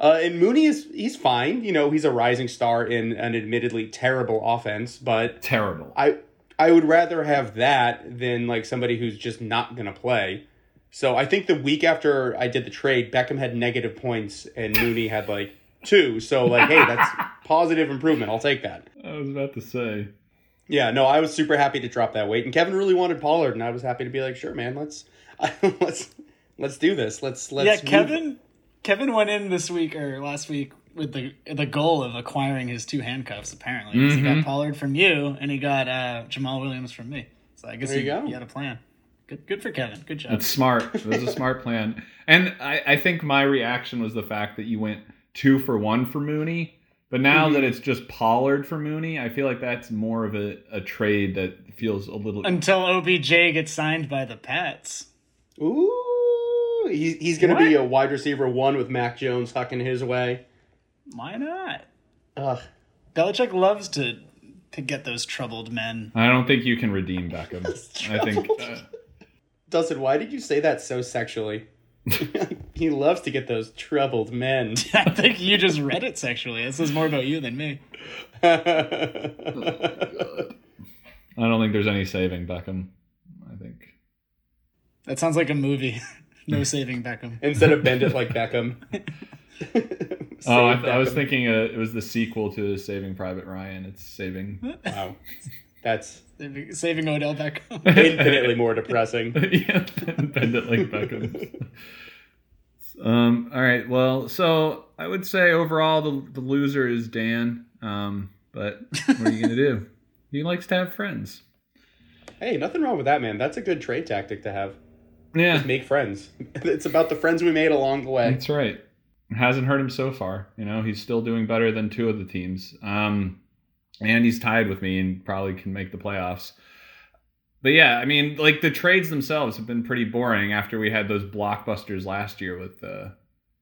Speaker 2: Uh, and Mooney is he's fine. You know, he's a rising star in an admittedly terrible offense, but
Speaker 1: Terrible.
Speaker 2: I I would rather have that than like somebody who's just not gonna play. So I think the week after I did the trade, Beckham had negative points and Mooney had like two. So like, hey, that's positive improvement. I'll take that.
Speaker 1: I was about to say.
Speaker 2: Yeah, no, I was super happy to drop that weight, and Kevin really wanted Pollard, and I was happy to be like, sure, man, let's let's let's do this. Let's let's
Speaker 3: Yeah,
Speaker 2: move-
Speaker 3: Kevin. Kevin went in this week or last week with the the goal of acquiring his two handcuffs. Apparently, 'cause he got Pollard from you, and he got uh, Jamal Williams from me. So I guess
Speaker 2: There you
Speaker 3: he,
Speaker 2: go.
Speaker 3: he had a plan. Good, good for Kevin. Good job.
Speaker 1: That's smart. That was a smart plan. And I, I think my reaction was the fact that you went two for one for Mooney. But now
Speaker 2: Mm-hmm.
Speaker 1: that it's just Pollard for Mooney, I feel like that's more of a, a trade that feels a little.
Speaker 3: Until OBJ gets signed by the Pats.
Speaker 2: Ooh, he's he's gonna be a wide receiver one with Mac Jones hucking his way.
Speaker 3: Why not?
Speaker 2: Ugh.
Speaker 3: Belichick loves to to get those troubled men.
Speaker 1: I don't think you can redeem Beckham. I think uh,
Speaker 2: Dustin, why did you say that so sexually? he loves to get those troubled men.
Speaker 3: I think you just read it sexually. This is more about you than me.
Speaker 1: I don't think there's any saving Beckham. I think
Speaker 3: That sounds like a movie. no saving Beckham.
Speaker 2: Instead of bend it like Beckham.
Speaker 1: Oh, I,
Speaker 2: Save
Speaker 1: I was
Speaker 2: Beckham.
Speaker 1: thinking uh, it was the sequel to Saving Private Ryan. It's saving.
Speaker 2: Wow. That's
Speaker 3: Saving- Saving Odell Beckham.
Speaker 2: infinitely more depressing.
Speaker 1: yeah, bend it like Beckham. um, all right. Well, so I would say overall the, the loser is Dan. Um, but what are you gonna do? He likes to have friends.
Speaker 2: Hey, nothing wrong with that, man. That's a good trade tactic to have.
Speaker 1: Yeah,
Speaker 2: Make friends. It's about the friends we made along the way.
Speaker 1: that's right. It hasn't hurt him so far. You know, he's still doing better than two of the teams. Um, and he's tied with me and probably can make the playoffs. But yeah, I mean, like the trades themselves have been pretty boring after we had those blockbusters last year with uh,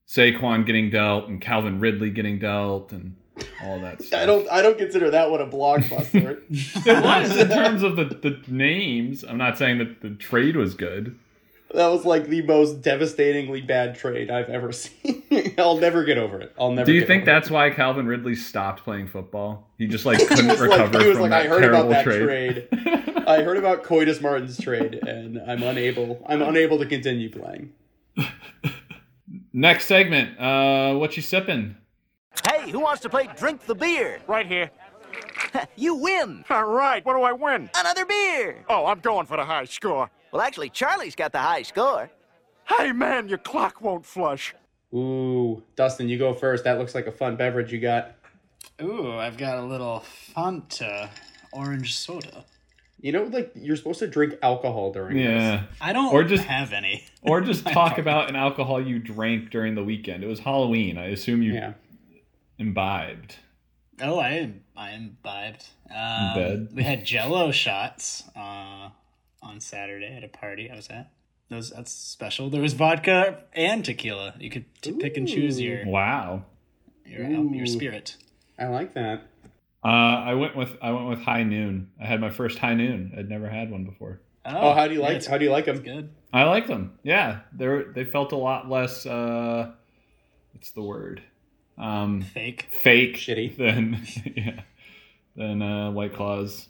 Speaker 1: Saquon getting dealt and Calvin Ridley getting dealt and all that stuff.
Speaker 2: I don't I don't consider that one a blockbuster.
Speaker 1: It was in terms of the, the names. I'm not saying that the trade was good.
Speaker 2: that was like the most devastatingly bad trade I've ever seen. I'll never get over it. I'll never
Speaker 1: Do you
Speaker 2: get
Speaker 1: think
Speaker 2: over it.
Speaker 1: that's why Calvin Ridley stopped playing football? He just like couldn't
Speaker 2: He was
Speaker 1: recover
Speaker 2: like, he was
Speaker 1: from
Speaker 2: like
Speaker 1: that
Speaker 2: I heard
Speaker 1: terrible
Speaker 2: about that
Speaker 1: trade.
Speaker 2: trade. I heard about Coitus Martin's trade, and I'm unable. I'm unable to continue playing.
Speaker 1: Next segment. Uh, what you sipping?
Speaker 6: Hey, who wants to play Drink the Beer?
Speaker 7: Right here.
Speaker 6: You win!
Speaker 7: All right, what do I win?
Speaker 6: Another beer!
Speaker 7: Oh, I'm going for the high score.
Speaker 6: Well, actually, Charlie's got the high score.
Speaker 7: Hey, man, your clock won't flush.
Speaker 2: Ooh, Dustin, you go first. That looks like a fun beverage you got.
Speaker 3: Ooh, I've got a little Fanta orange soda.
Speaker 2: You know, like you're supposed to drink alcohol during this.
Speaker 1: Yeah.
Speaker 3: I don't
Speaker 1: Or just-
Speaker 3: have any.
Speaker 1: Or just talk about an alcohol you drank during the weekend. It was Halloween. I assume you
Speaker 2: Yeah.
Speaker 1: imbibed.
Speaker 3: Oh, I am. I imbibed. Um,
Speaker 1: bed.
Speaker 3: We had Jello shots uh, on Saturday at a party I was at. Those that's special. There was vodka and tequila. You could t- pick and choose your
Speaker 1: Wow.
Speaker 3: your, al- your
Speaker 2: Ooh.
Speaker 3: spirit.
Speaker 2: I like that.
Speaker 1: Uh, I went with I went with high noon. I had my first high noon. I'd never had one before.
Speaker 2: Oh, how do you
Speaker 3: yeah,
Speaker 2: like
Speaker 3: it's
Speaker 2: how do you like them?
Speaker 3: good?
Speaker 1: I like them. Yeah, they were they felt a lot less. Uh, what's the word? Um,
Speaker 3: Fake.
Speaker 1: fake,
Speaker 2: Shitty.
Speaker 1: than yeah, than uh, White Claws.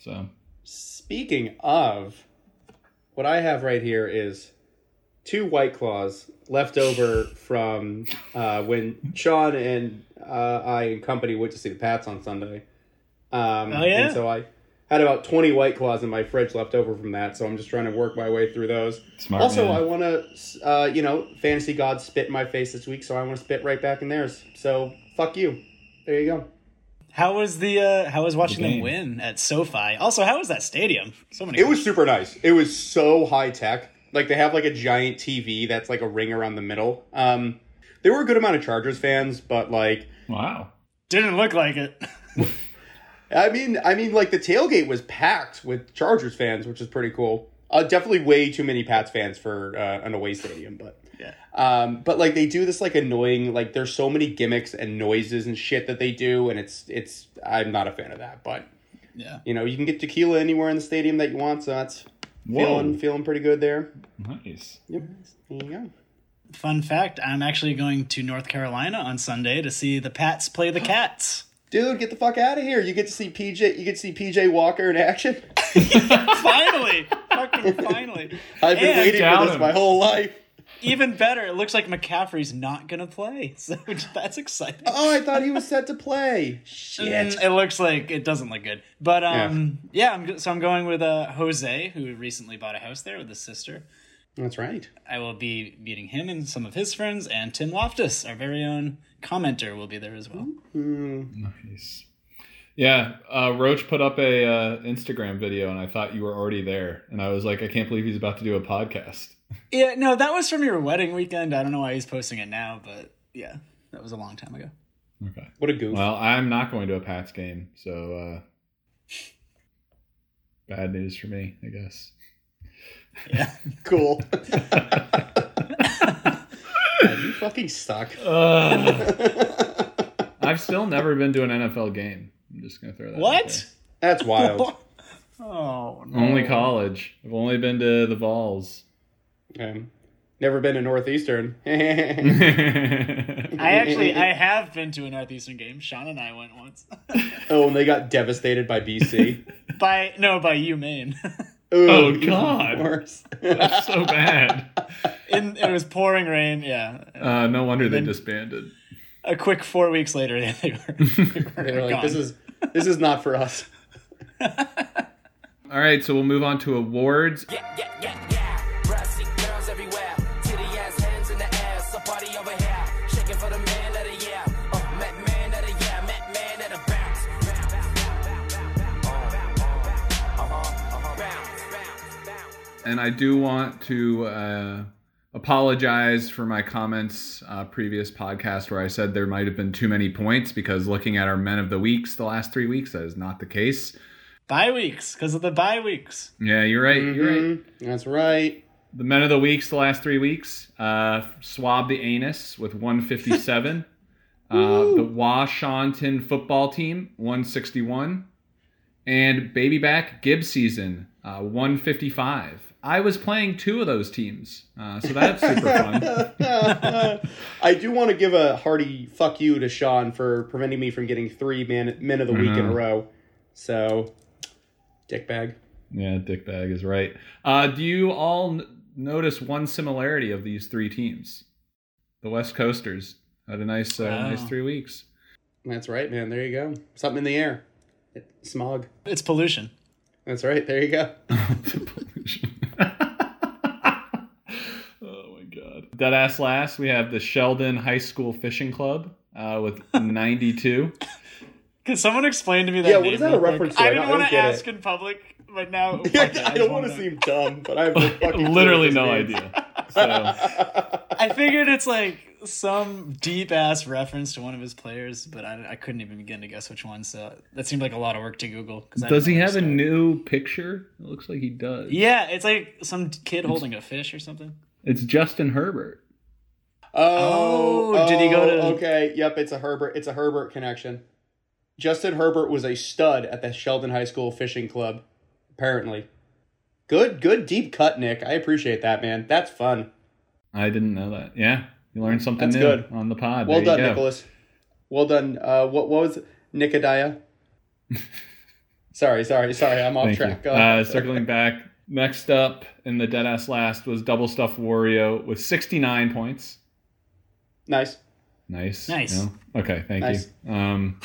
Speaker 1: So
Speaker 2: Speaking of, what I have right here is two White Claws left over from uh, when Sean and uh, I and company went to see the Pats on Sunday. Um,
Speaker 3: Oh, yeah?
Speaker 2: And so I had about 20 White Claws in my fridge left over from that, so I'm just trying to work my way through those.
Speaker 3: Oh,
Speaker 1: smart.
Speaker 2: also,
Speaker 1: man.
Speaker 2: I want to, uh, you know, Fantasy God spit in my face this week, so I want to spit right back in theirs. So, fuck you. There you go.
Speaker 3: How was the uh, how was watching them
Speaker 1: game.
Speaker 3: win at SoFi? Also, how was that stadium? So many.
Speaker 2: It was super nice. It was so high tech. Like they have like a giant TV that's like a ring around the middle. Um, there were a good amount of Chargers fans, but like
Speaker 1: wow.
Speaker 3: didn't look like it.
Speaker 2: I mean, I mean, like the tailgate was packed with Chargers fans, which is pretty cool. Uh, definitely way too many Pats fans for uh, an away stadium, but
Speaker 3: Yeah.
Speaker 2: Um, but like they do this like annoying like there's so many gimmicks and noises and shit that they do, and it's it's I'm not a fan of that, but
Speaker 3: Yeah.
Speaker 2: you know you can get tequila anywhere in the stadium that you want, so that's
Speaker 1: Whoa.
Speaker 2: feeling feeling pretty good there.
Speaker 1: Nice.
Speaker 2: Yep, there you go.
Speaker 3: Fun fact: I'm actually going to North Carolina on Sunday to see the Pats play the Cats.
Speaker 2: dude, get the fuck out of here. You get to see PJ. You get to see PJ Walker in action.
Speaker 3: finally, fucking finally.
Speaker 2: I've been
Speaker 3: And-
Speaker 2: waiting for
Speaker 1: Doubt
Speaker 2: this
Speaker 1: him.
Speaker 2: my whole life.
Speaker 3: Even better, it looks like McCaffrey's not gonna play, so that's exciting.
Speaker 2: Oh, I thought he was set to play. Shit.
Speaker 3: Mm, It looks like it doesn't look good, but um, yeah. I'm, go- so I'm going with uh, Jose, who recently bought a house there with his sister.
Speaker 2: That's right.
Speaker 3: I will be meeting him and some of his friends, and Tim Loftus, our very own commenter, will be there as well.
Speaker 2: Mm,
Speaker 1: Nice. Yeah, uh, Roach put up a uh, Instagram video, and I thought you were already there, and I was like, I can't believe he's about to do a podcast.
Speaker 3: Yeah, no, that was from your wedding weekend. I don't know why he's posting it now, but yeah, that was a long time ago.
Speaker 1: Okay.
Speaker 2: What a goof.
Speaker 1: Well, I'm not going to a Pats game, so uh, bad news for me, I guess.
Speaker 3: Yeah.
Speaker 2: cool. you fucking suck.
Speaker 1: I've still never been to an NFL game. I'm just gonna throw that. out
Speaker 3: what?
Speaker 2: That's wild.
Speaker 3: Oh
Speaker 1: there. Only college. I've only been to the Vols.
Speaker 2: Um, never been to Northeastern.
Speaker 1: yeah,
Speaker 3: I actually I have been to a northeastern game. Sean and I went once.
Speaker 2: oh, and they got devastated by BC.
Speaker 3: by no, by you Maine.
Speaker 2: Ooh,
Speaker 1: Oh,
Speaker 2: even
Speaker 1: God.
Speaker 2: Worse.
Speaker 1: that's so bad.
Speaker 3: In it was pouring rain. Yeah,
Speaker 1: Uh, no wonder they disbanded.
Speaker 3: a quick four weeks later yeah, they were.
Speaker 2: they were like,
Speaker 3: Gone.
Speaker 2: this is this is not for us.
Speaker 1: All right, so we'll move on to awards.
Speaker 8: Yeah, yeah, yeah, yeah. Brassy girls everywhere. Titty ass hands in the air. So party over here. Shaking for the man of the year. Uh, met man of the year. Met man of the bounce. Bounce, bounce, bounce, bounce. Uh, uh, uh, bounce, bounce, bounce.
Speaker 1: and I do want to uh, apologize for my comments uh, previous podcast where I said there might have been too many points because looking at our men of the weeks the last three weeks that is not the case.
Speaker 3: bye weeks because of the bye weeks.
Speaker 1: Yeah, you're right. You're right.
Speaker 2: Mhm. That's right.
Speaker 1: The men of the weeks the last three weeks uh, swab the anus with 157. uh, the Washington football team 161. And baby back Gibbs season uh, 155. I was playing two of those teams, uh, so that's super fun.
Speaker 2: I do want to give a hearty fuck you to Sean for preventing me from getting three man, men of the week in
Speaker 1: Mm-hmm.
Speaker 2: a row. So, dickbag.
Speaker 1: Yeah, dickbag is right. Uh, do you all n- notice one similarity of these three teams? The West Coasters had a nice, uh,
Speaker 3: Wow.
Speaker 1: nice three weeks.
Speaker 2: That's right, man. There you go. Something in the air. Smog.
Speaker 3: It's pollution.
Speaker 2: That's right. There you go.
Speaker 1: oh my god! Deadass last, we have the Sheldon High School Fishing Club uh, with ninety-two.
Speaker 3: Could someone explain to me that?
Speaker 2: Yeah, what
Speaker 3: name
Speaker 2: is that
Speaker 3: real
Speaker 2: a
Speaker 3: quick?
Speaker 2: reference to?
Speaker 3: I
Speaker 2: I
Speaker 3: didn't
Speaker 2: don't- I
Speaker 3: want
Speaker 2: don't
Speaker 3: to
Speaker 2: get
Speaker 3: ask
Speaker 2: it.
Speaker 3: in public, but but now
Speaker 2: I don't want to seem dumb, but I have no fucking clue
Speaker 1: Literally
Speaker 2: what this
Speaker 1: no
Speaker 2: means.
Speaker 1: idea. So
Speaker 3: I figured it's like some deep ass reference to one of his players, but I, I couldn't even begin to guess which one. So that seemed like a lot of work to Google. 'cause I
Speaker 1: does he
Speaker 3: didn't
Speaker 1: have a
Speaker 3: understand.
Speaker 1: new picture? It looks like he does.
Speaker 3: Yeah, it's like some kid holding a fish or something.
Speaker 1: It's Justin Herbert.
Speaker 2: Oh,
Speaker 3: Oh, did he go to-
Speaker 2: Okay, yep, it's a Herbert. It's a Herbert connection. Justin Herbert was a stud at the Sheldon High School fishing club, apparently. Good, good deep cut, Nick. I appreciate that, man. That's fun.
Speaker 1: I didn't know that. Yeah. You learned something
Speaker 2: That's
Speaker 1: new
Speaker 2: good.
Speaker 1: on the pod.
Speaker 2: Well
Speaker 1: There you
Speaker 2: done,
Speaker 1: go.
Speaker 2: Nicholas. Well done. Uh, what what was it? Nicodiah? sorry, sorry, sorry. I'm off
Speaker 1: Thank
Speaker 2: track.
Speaker 1: you.
Speaker 2: Go ahead.
Speaker 1: Uh, circling back. Next up in the dead ass last was Double Stuff Wario with 69 points.
Speaker 2: nice.
Speaker 1: Nice.
Speaker 3: Nice.
Speaker 1: Okay, thank
Speaker 2: Nice.
Speaker 1: you. Um,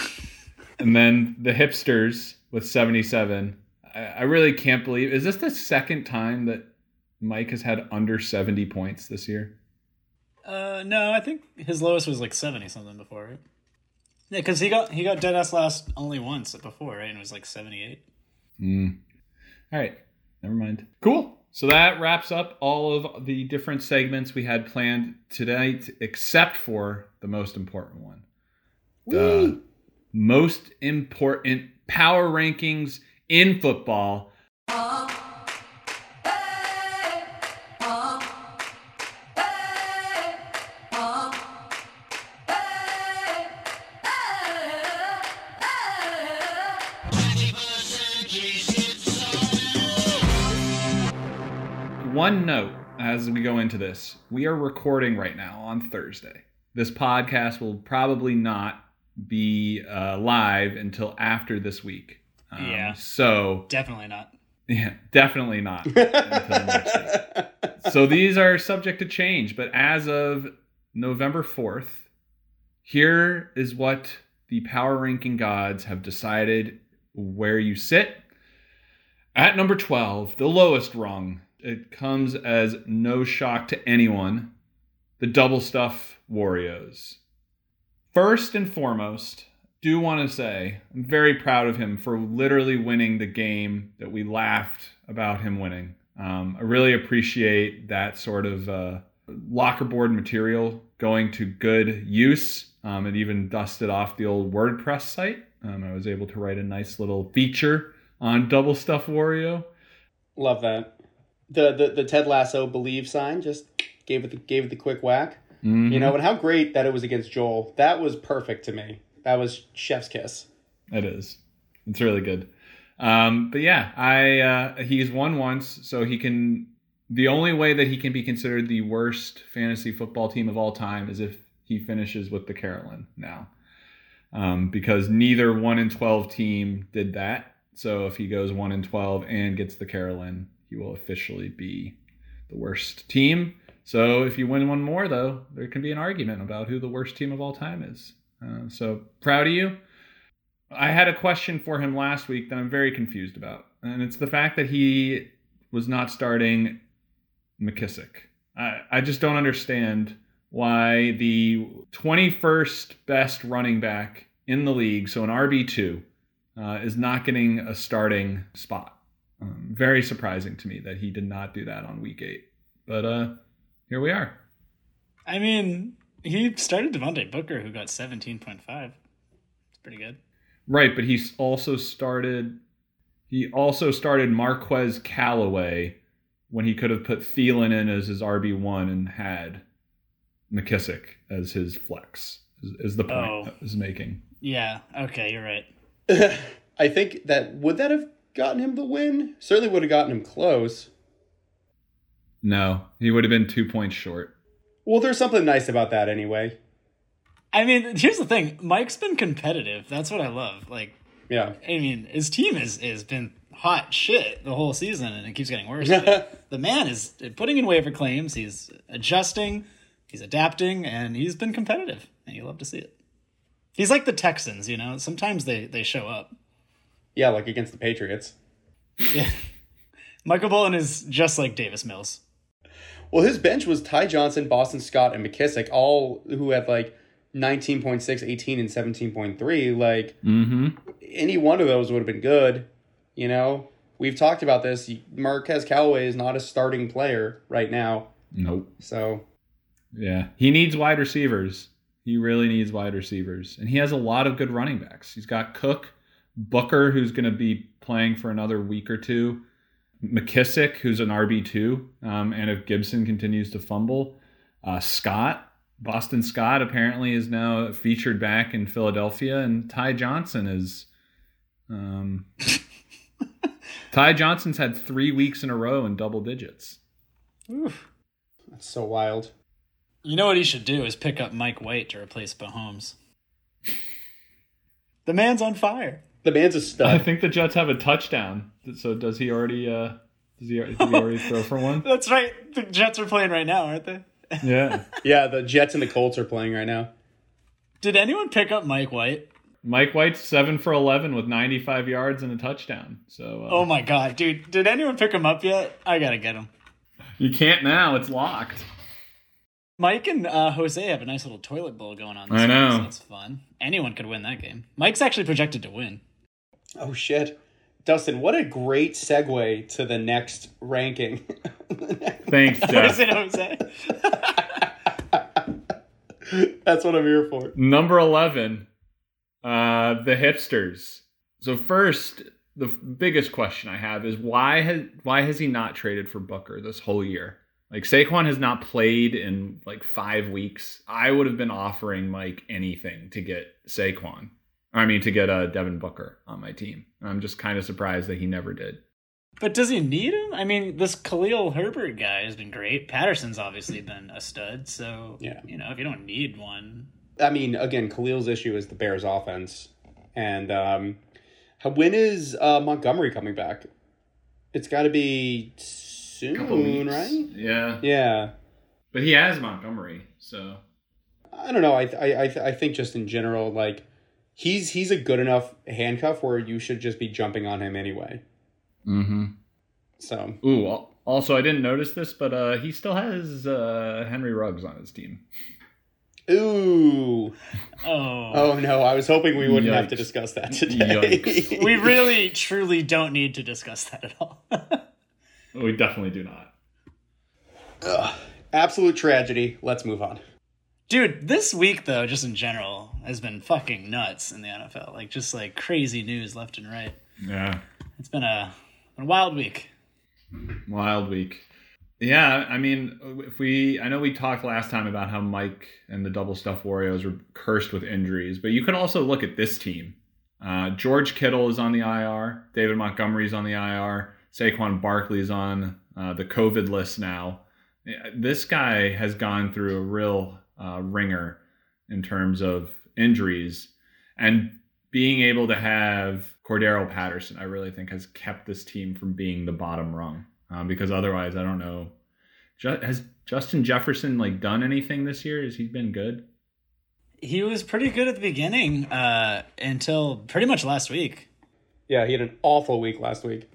Speaker 1: and then the hipsters with 77. I, I really can't believe. Is this the second time that Mike has had under 70 points this year?
Speaker 3: Uh, no, I think his lowest was like seventy something before, right? Yeah, because he got he got dead ass last only once before, right? And it was like seventy eight.
Speaker 1: Hmm. All right, never mind. Cool. So that wraps up all of the different segments we had planned tonight, except for the most important one. The most important power rankings in football. One note as we go into this we are recording right now on Thursday. This podcast will probably not be uh, live until after this week. Um,
Speaker 3: Yeah.
Speaker 1: So,
Speaker 3: Definitely not.
Speaker 1: yeah, definitely not until next week. so these are subject to change, but as of November 4th, here is what the power ranking gods have decided where you sit. At number 12, the lowest rung, it comes as no shock to anyone the double stuff Warriors. First and foremost, do want to say I'm very proud of him for literally winning the game that we laughed about him winning. Um, I really appreciate that sort of uh, locker board material going to good use. Um, it even dusted off the old WordPress site. Um, I was able to write a nice little feature on Double Stuff Wario.
Speaker 2: Love that. The, the the Ted Lasso believe sign just gave it the, gave it the quick whack.
Speaker 1: Mm,
Speaker 2: You know, and how great that it was against Joel. That was perfect to me. That was chef's kiss.
Speaker 1: It is. It's really good. Um, but yeah, I uh, he's won once, so he can. The only way that he can be considered the worst fantasy football team of all time is if he finishes with the Carolyn now, um, because neither one in twelve team did that. So if he goes one in twelve and gets the Carolyn, he will officially be the worst team. So if you win one more, though, there can be an argument about who the worst team of all time is. Uh, so proud of you. I had a question for him last week that I'm very confused about, and it's the fact that he was not starting McKissick. I, I just don't understand why the 21st best running back in the league, so an RB2, uh, is not getting a starting spot. Um, very surprising to me that he did not do that on week eight. But uh, here we are.
Speaker 3: I mean, he started Devontae Booker, who got seventeen point five. It's pretty good.
Speaker 1: Right, but he's also started. He also started Marquez Callaway when he could have put Thielen in as his RB one and had McKissick as his flex. Is, is the point
Speaker 3: Oh.
Speaker 1: that was making?
Speaker 3: Yeah. Okay, you're right.
Speaker 2: I think that would that have gotten him the win? Certainly would have gotten him close.
Speaker 1: No, he would have been two points short.
Speaker 2: Well, there's something nice about that anyway.
Speaker 3: I mean, here's the thing. Mike's been competitive. That's what I love. Like,
Speaker 2: Yeah.
Speaker 3: I mean, his team has has been hot shit the whole season, and it keeps getting worse. But the man is putting in waiver claims. He's adjusting. He's adapting, and he's been competitive, and you love to see it. He's like the Texans, you know. Sometimes they they show up.
Speaker 2: Yeah, like against the Patriots.
Speaker 3: Michael Bolton is just like Davis Mills.
Speaker 2: Well, his bench was Ty Johnson, Boston Scott, and McKissick, all who have like 19.6, 18, and 17.3. Like
Speaker 1: Mm-hmm.
Speaker 2: any one of those would have been good. You know, we've talked about this. Marquez Callaway is not a starting player right now.
Speaker 1: Nope.
Speaker 2: So
Speaker 1: Yeah. He needs wide receivers. He really needs wide receivers. And he has a lot of good running backs. He's got Cook, Booker, who's going to be playing for another week or two, McKissick, who's an RB2. Um, and if Gibson continues to fumble, uh, Scott, Boston Scott apparently is now featured back in Philadelphia. And Ty Johnson is. Um, Ty Johnson's had three weeks in a row in double digits.
Speaker 2: that's so wild.
Speaker 3: You know what he should do is pick up Mike White to replace Mahomes. the man's on fire.
Speaker 2: The man's a
Speaker 1: I
Speaker 2: stud.
Speaker 1: think the Jets have a touchdown. So does he already? Uh, does he, did he already throw for one?
Speaker 3: That's right. The Jets are playing right now, aren't they?
Speaker 1: Yeah.
Speaker 2: yeah, the Jets and the Colts are playing right now.
Speaker 3: Did anyone pick up Mike White?
Speaker 1: Mike White's seven for eleven with ninety-five yards and a touchdown. So uh,
Speaker 3: Oh my god, dude. Did anyone pick him up yet? I gotta get him.
Speaker 1: you can't now. It's locked.
Speaker 3: Mike and uh, Jose have a nice little toilet bowl going on. This
Speaker 1: I
Speaker 3: week,
Speaker 1: know.
Speaker 3: so that's fun. Anyone could win that game. Mike's actually projected to win.
Speaker 2: Oh shit. Dustin, what a great segue to the next ranking.
Speaker 1: Thanks,
Speaker 3: Is
Speaker 1: Jeff.
Speaker 3: it Jose?
Speaker 2: That's what I'm here for.
Speaker 1: Number eleven, uh, the hipsters. So first, the biggest question I have is why has why has he not traded for Booker this whole year? Like Saquon has not played in like five weeks. I would have been offering Mike anything to get Saquon. I mean, to get uh, Devin Booker on my team. And I'm just kind of surprised that he never did.
Speaker 3: But does he need him? I mean, this Khalil Herbert guy has been great. Patterson's obviously been a stud, so
Speaker 2: Yeah.
Speaker 3: you know, if you don't need one,
Speaker 2: I mean, again, Khalil's issue is the Bears offense. And um when is uh Montgomery coming back? It's gotta be soon, right?
Speaker 1: Yeah.
Speaker 2: Yeah.
Speaker 1: But he has Montgomery, so
Speaker 2: I don't know. I I I, I think just in general, like he's he's a good enough handcuff where you should just be jumping on him anyway.
Speaker 1: mm-hmm.
Speaker 2: So
Speaker 1: Ooh, al- also I didn't notice this, but uh, he still has uh, Henry Ruggs on his team.
Speaker 2: ooh.
Speaker 3: oh,
Speaker 2: Oh no, I was hoping we wouldn't have to
Speaker 1: Yikes.
Speaker 2: discuss that today.
Speaker 1: Yikes.
Speaker 3: we really truly don't need to discuss that at all.
Speaker 1: We definitely do not.
Speaker 2: Absolute tragedy. Let's move on.
Speaker 3: Dude, this week though, just in general, has been fucking nuts in the NFL. Like just like crazy news left and right.
Speaker 1: Yeah.
Speaker 3: It's been a, a wild week.
Speaker 1: Wild week. Yeah, I mean, if we, I know we talked last time about how Mike and the double stuff Warriors were cursed with injuries, but you can also look at this team. Uh, George Kittle is on the IR. David Montgomery's on the IR. Saquon Barkley's on uh, the COVID list now. Yeah, This guy has gone through a real uh, ringer in terms of injuries, and being able to have Cordero Patterson, I really think, has kept this team from being the bottom rung. Um, because otherwise, I don't know. Ju- has Justin Jefferson like done anything this year? Has he been good?
Speaker 3: He was pretty good at the beginning, uh, until pretty much last week.
Speaker 2: Yeah, he had an awful week last week.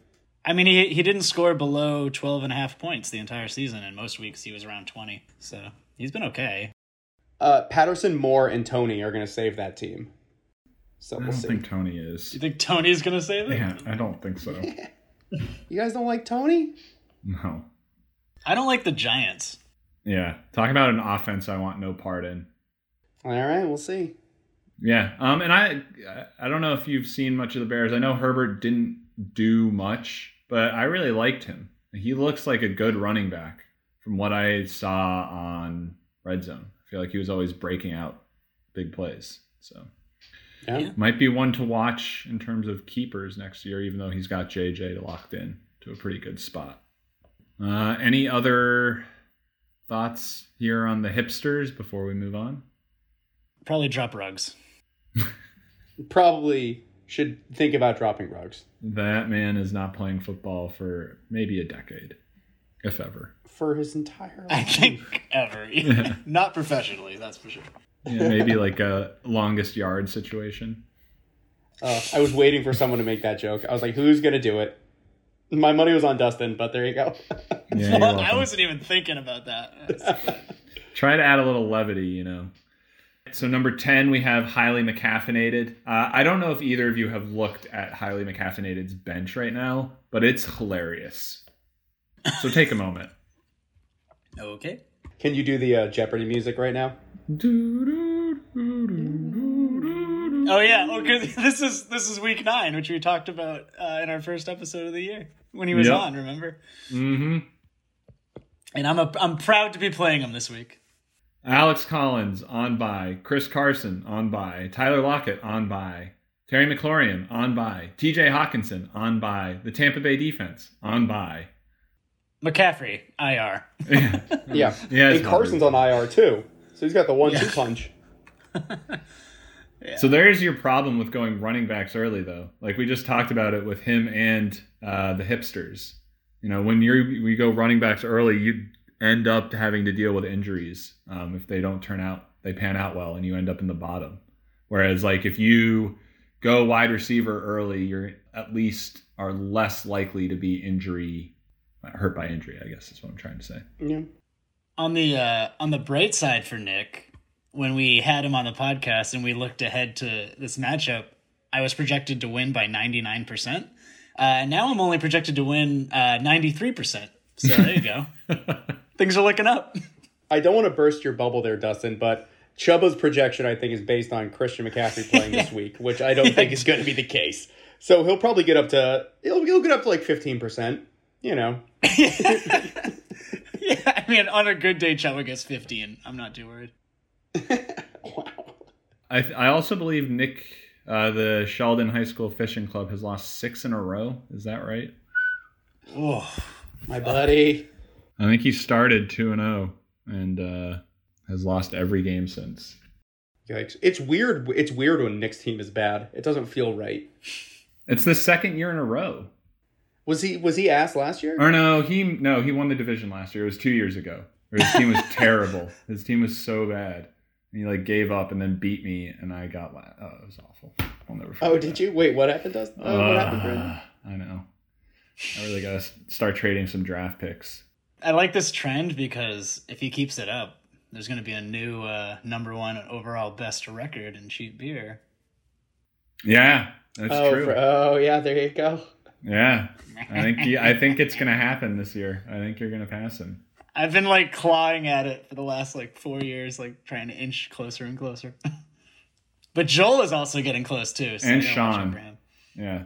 Speaker 3: I mean, he he didn't score below 12 and a half points the entire season, and most weeks he was around 20. So he's been okay.
Speaker 2: Uh, Patterson, Moore, and Tony are going to save that team. So
Speaker 1: I
Speaker 2: we'll
Speaker 1: don't
Speaker 2: see.
Speaker 1: think Tony
Speaker 3: Do you
Speaker 1: is.
Speaker 3: think Tony's going to say that?
Speaker 1: Yeah, I don't think so.
Speaker 2: you guys don't like Tony?
Speaker 1: No.
Speaker 3: I don't like the Giants.
Speaker 1: Yeah, talking about an offense I want no part in.
Speaker 2: All right, we'll see.
Speaker 1: Yeah. Um, and I I don't know if you've seen much of the Bears. I know Herbert didn't do much, but I really liked him. He looks like a good running back from what I saw on Red Zone. I feel like he was always breaking out big plays. So
Speaker 2: Yeah.
Speaker 3: Yeah.
Speaker 1: might be one to watch in terms of keepers next year, even though he's got JJ locked in to a pretty good spot. Uh, any other thoughts here on the hipsters before we move on?
Speaker 3: Probably drop rugs.
Speaker 2: Probably should think about dropping rugs
Speaker 1: That man is not playing football for maybe a decade, if ever.
Speaker 2: for his entire
Speaker 3: I
Speaker 2: life.
Speaker 3: think ever. Not professionally, that's for sure.
Speaker 1: Yeah, maybe like a longest yard situation.
Speaker 2: Uh, I was waiting for someone to make that joke. I was like, who's going to do it? My money was on Dustin, but there you go.
Speaker 1: Yeah, you're
Speaker 3: I
Speaker 1: welcome.
Speaker 3: wasn't even thinking about that.
Speaker 1: Try to add a little levity, you know. So number ten, we have highly McCaffeinated. Uh, I don't know if either of you have looked at highly McCaffeinated's bench right now, but it's hilarious. So take a moment.
Speaker 3: Okay.
Speaker 2: Can you do the uh, Jeopardy music right now?
Speaker 1: Mm-hmm.
Speaker 3: Oh yeah. Oh, 'cause this is this is week nine, which we talked about uh, in our first episode of the year when he was
Speaker 1: Yep.
Speaker 3: on. Remember?
Speaker 1: Mm-hmm.
Speaker 3: And I'm a I'm proud to be playing him this week.
Speaker 1: Alex Collins on by. Chris Carson on by. Tyler Lockett on by. Terry McLaurin on by. T.J. Hawkinson on by. The Tampa Bay defense on by.
Speaker 3: McCaffrey, IR.
Speaker 1: yeah,
Speaker 2: Yeah.
Speaker 1: it's
Speaker 2: and Carson's on IR too, so he's got the one-two
Speaker 3: Yeah.
Speaker 2: punch.
Speaker 1: So there's your problem with going running backs early, though. Like we just talked about it with him and uh, the hipsters. You know, when you we go running backs early, you end up having to deal with injuries um, if they don't turn out, they pan out well, and you end up in the bottom. Whereas, like if you go wide receiver early, you're at least are less likely to be injury uh, hurt by injury. I guess is what I'm trying to say.
Speaker 2: Yeah.
Speaker 3: On the uh, on the bright side for Nick, when we had him on the podcast and we looked ahead to this matchup, I was projected to win by ninety nine percent. Uh, Now I'm only projected to win ninety three percent. So there you go. Things are looking up.
Speaker 2: I don't want to burst your bubble there, Dustin, but Chuba's projection I think is based on Christian McCaffrey playing this week, which I don't think is going to be the case. So he'll probably get up to he'll, he'll get up to like fifteen percent. You know,
Speaker 3: yeah, I mean, on a good day, Chuba gets fifty, and I'm not too worried.
Speaker 1: I, th- I also believe Nick, uh, the Sheldon High School Fishing Club, has lost six in a row. Is that right?
Speaker 3: Oh,
Speaker 2: my buddy.
Speaker 1: I think he started 2 and 0 and uh, has lost every game since.
Speaker 2: Yikes! It's weird. It's weird when Nick's team is bad. It doesn't feel right.
Speaker 1: It's the second year in a row.
Speaker 2: Was he was he asked last year?
Speaker 1: Or no, he no, he won the division last year. It was 2 years ago. His team was terrible. His team was so bad. And he like gave up and then beat me and I got la- oh, it was awful. I'll never forget.
Speaker 2: Oh, did you? Wait, what happened, Dustin? Oh, what happened, Brandon?
Speaker 1: Uh, I know. I really got to start trading some draft picks.
Speaker 3: I like this trend because if he keeps it up, there's going to be a new uh, number one overall best record in cheap beer.
Speaker 1: Yeah, that's
Speaker 2: Oh,
Speaker 1: true.
Speaker 2: for- oh, yeah. There you go.
Speaker 1: Yeah, I think he, I think it's gonna happen this year. I think you're gonna pass him.
Speaker 3: I've been like clawing at it for the last like four years, like trying to inch closer and closer. but Joel is also getting close too. So
Speaker 1: And
Speaker 3: I gotta watch out
Speaker 1: Sean.
Speaker 3: for him.
Speaker 1: Yeah,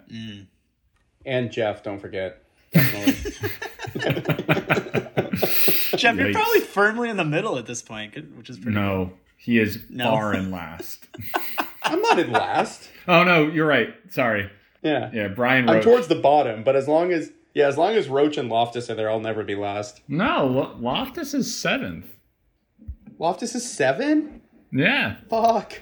Speaker 2: And Jeff, don't forget. Definitely.
Speaker 3: Jeff, you're
Speaker 1: Yikes.
Speaker 3: probably firmly in the middle at this point, good- which is pretty.
Speaker 1: no, he is
Speaker 3: No.
Speaker 1: far and last.
Speaker 2: I'm not in last.
Speaker 1: oh no, you're right. Sorry.
Speaker 2: Yeah.
Speaker 1: Yeah, Brian.
Speaker 2: I'm
Speaker 1: Roach.
Speaker 2: towards the bottom, but as long as yeah, as long as Roach and Loftus are there, I'll never be last.
Speaker 1: no, Lo- Loftus is seventh.
Speaker 2: Loftus is seven.
Speaker 1: Yeah,
Speaker 2: Fuck.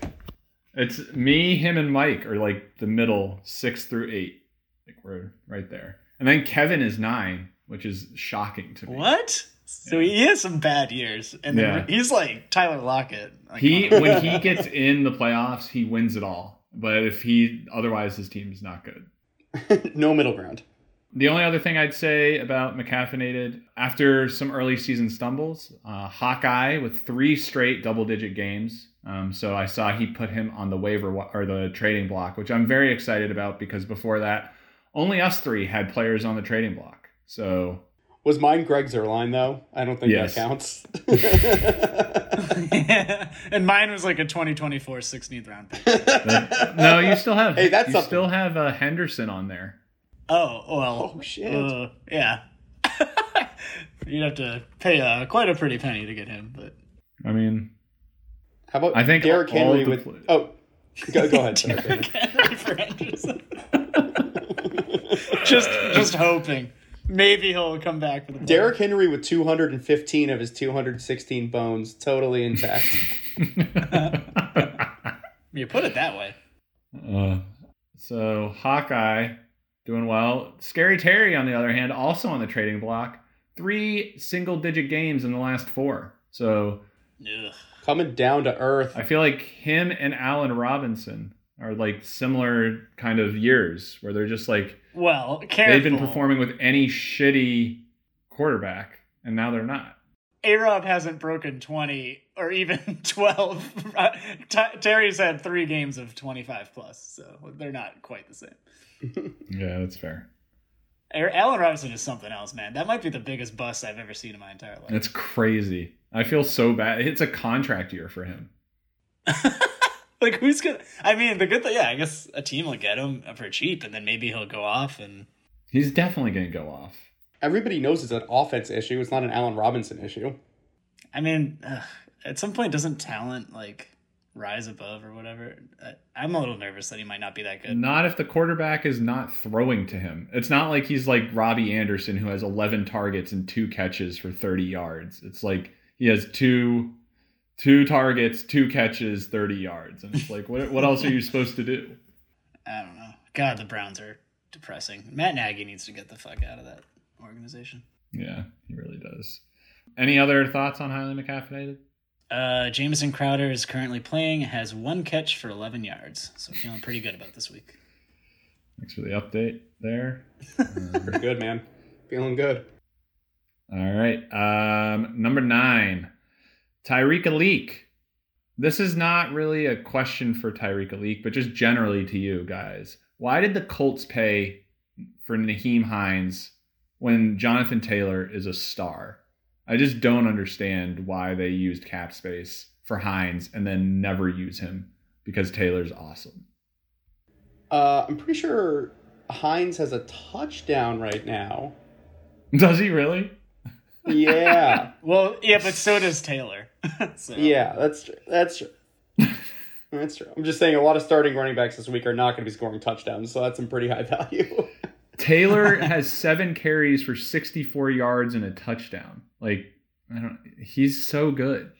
Speaker 1: it's me, him, and Mike are like the middle six through eight. Like we're right there, and then Kevin is nine, which is shocking to me.
Speaker 3: What? So he has some bad years, and then
Speaker 1: Yeah.
Speaker 3: he's like Tyler Lockett. Like,
Speaker 1: He when he gets in the playoffs, he wins it all. But if he otherwise, his team's not good.
Speaker 2: No middle ground.
Speaker 1: The only other thing I'd say about McCaffeinated, after some early season stumbles, uh, Hawkeye with three straight double digit games. Um, so I saw he put him on the waiver wa- or the trading block, which I'm very excited about because before that, only us three had players on the trading block. So
Speaker 2: Was mine Greg Zerline though? I don't think
Speaker 1: Yes.
Speaker 2: that counts.
Speaker 3: and mine was like a 2024 16th round pick.
Speaker 1: no, you still have
Speaker 2: Hey, that's
Speaker 1: you
Speaker 2: something.
Speaker 1: still have uh, Henderson on there.
Speaker 3: Oh, well.
Speaker 2: Oh, shit.
Speaker 3: uh, yeah. You'd have to pay uh, quite a pretty penny to get him, but
Speaker 1: I mean,
Speaker 2: How about
Speaker 1: I think
Speaker 2: Derrick
Speaker 1: all of
Speaker 2: Henry
Speaker 1: the
Speaker 2: with
Speaker 1: pla-
Speaker 2: oh. Go, go ahead. sorry, Brandon.
Speaker 3: for Henderson. just just hoping. Maybe he'll come back for the
Speaker 2: Derrick Henry with 215 of his 216 bones totally intact.
Speaker 3: You put it that way.
Speaker 1: Uh, so Hawkeye doing well. Scary Terry, on the other hand, also on the trading block. Three single digit games in the last four. So
Speaker 3: Ugh.
Speaker 2: Coming down to earth.
Speaker 1: I feel like him and Allen Robinson are like similar kind of years where they're just like
Speaker 3: Well, careful.
Speaker 1: they've been performing with any shitty quarterback and now they're not.
Speaker 3: A Rob hasn't broken 20 or even 12. T- Terry's had three games of 25 plus, so they're not quite the same.
Speaker 1: Yeah, that's fair.
Speaker 3: A- Allen Robinson is something else, man. That might be the biggest bust I've ever seen in my entire life.
Speaker 1: That's crazy. I feel so bad. It's a contract year for him.
Speaker 3: Like, who's gonna? I mean, the good thing, yeah, I guess a team will get him for cheap, and then maybe he'll go off. And
Speaker 1: He's definitely going to go off.
Speaker 2: Everybody knows it's an offense issue. It's not an Allen Robinson issue.
Speaker 3: I mean, ugh, at some point, doesn't talent like rise above or whatever? I, I'm a little nervous that he might not be that good.
Speaker 1: Not if the quarterback is not throwing to him. It's not like he's like Robbie Anderson who has 11 targets and two catches for 30 yards. It's like he has two two targets, two catches, 30 yards. And it's like what what else are you supposed to do?
Speaker 3: I don't know. God, the Browns are depressing. Matt Nagy needs to get the fuck out of that organization.
Speaker 1: Yeah, he really does. Any other thoughts on Highly McCaffrey?
Speaker 3: Uh, Jameson Crowder is currently playing, has one catch for 11 yards, so feeling pretty good about this week.
Speaker 1: Thanks for the update there.
Speaker 2: Pretty good, man. Feeling good.
Speaker 1: All right. Um, number nine, Tyreek Aleek. This is not really a question for Tyreek Aleek, but just generally to you guys. Why did the Colts pay for Naheem Hines when Jonathan Taylor is a star? I just don't understand why they used cap space for Hines and then never use him because Taylor's awesome.
Speaker 2: Uh, I'm pretty sure Hines has a touchdown right now.
Speaker 1: Does he really?
Speaker 2: Yeah,
Speaker 3: Well, yeah, but so does Taylor. so,
Speaker 2: yeah. That's tr- that's true. That's true. I'm just saying, a lot of starting running backs this week are not going to be scoring touchdowns, so that's some pretty high value.
Speaker 1: Taylor has seven carries for 64 yards and a touchdown. Like, I don't, he's so good.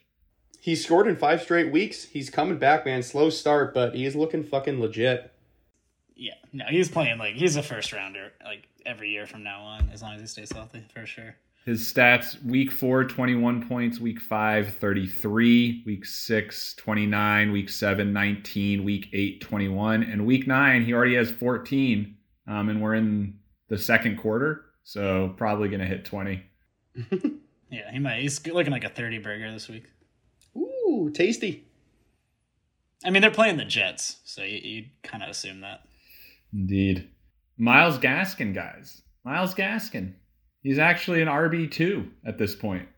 Speaker 2: he scored in five straight weeks. He's coming back, man. Slow start, but he's looking fucking legit.
Speaker 3: Yeah. No, he's playing like he's a first rounder like every year from now on, as long as he stays healthy, for sure.
Speaker 1: His stats week four, 21 points, week five, 33, week six, 29, week seven, 19, week eight, 21, and week nine, he already has 14. Um, and we're in the second quarter, so probably going to hit 20.
Speaker 3: Yeah, he might. He's looking like a 30 burger this week.
Speaker 2: Ooh, tasty.
Speaker 3: I mean, they're playing the Jets, so you, you kind of assume that.
Speaker 1: Indeed. Miles Gaskin, guys. Miles Gaskin. He's actually an RB2 at this point.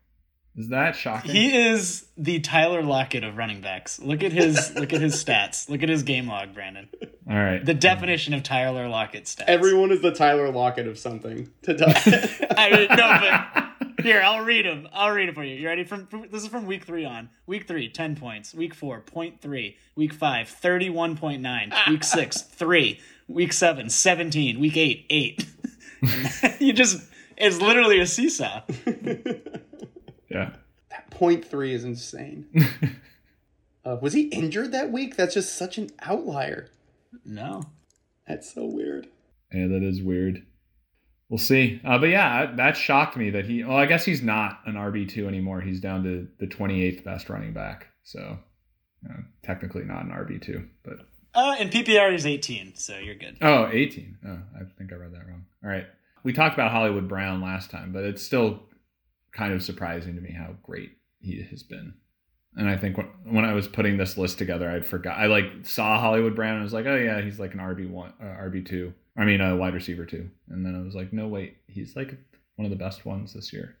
Speaker 1: Is that shocking?
Speaker 3: He is the Tyler Lockett of running backs. Look at his look at his stats. Look at his game log, Brandon.
Speaker 1: All right.
Speaker 3: The definition of Tyler Lockett stats.
Speaker 2: Everyone is the Tyler Lockett of something. To die.
Speaker 3: I mean, no, but here I'll read them. I'll read it for you. You ready? From, from this is from week three on. Week three, 10 points. Week four, 0.3. Week five, 31.9. Week six, three. Week seven, 17. Week eight, eight. And you just it's literally a seesaw.
Speaker 1: yeah.
Speaker 2: Point three is insane. uh, was he injured that week? That's just such an outlier.
Speaker 3: No.
Speaker 2: That's so weird.
Speaker 1: Yeah, that is weird. We'll see. Uh, but yeah, I- that shocked me that he. Well, I guess he's not an RB2 anymore. He's down to the 28th best running back. So uh, technically not an RB2, but.
Speaker 3: Uh, and PPR is 18, so you're good.
Speaker 1: Oh, 18. Oh, I think I read that wrong. All right. We talked about Hollywood Brown last time, but it's still kind of surprising to me how great he has been. And I think when, when I was putting this list together, I forgot. I like saw Hollywood Brown and I was like, oh yeah, he's like an RB one, uh, RB two. I mean, a wide receiver two. And then I was like, no wait, he's like one of the best ones this year.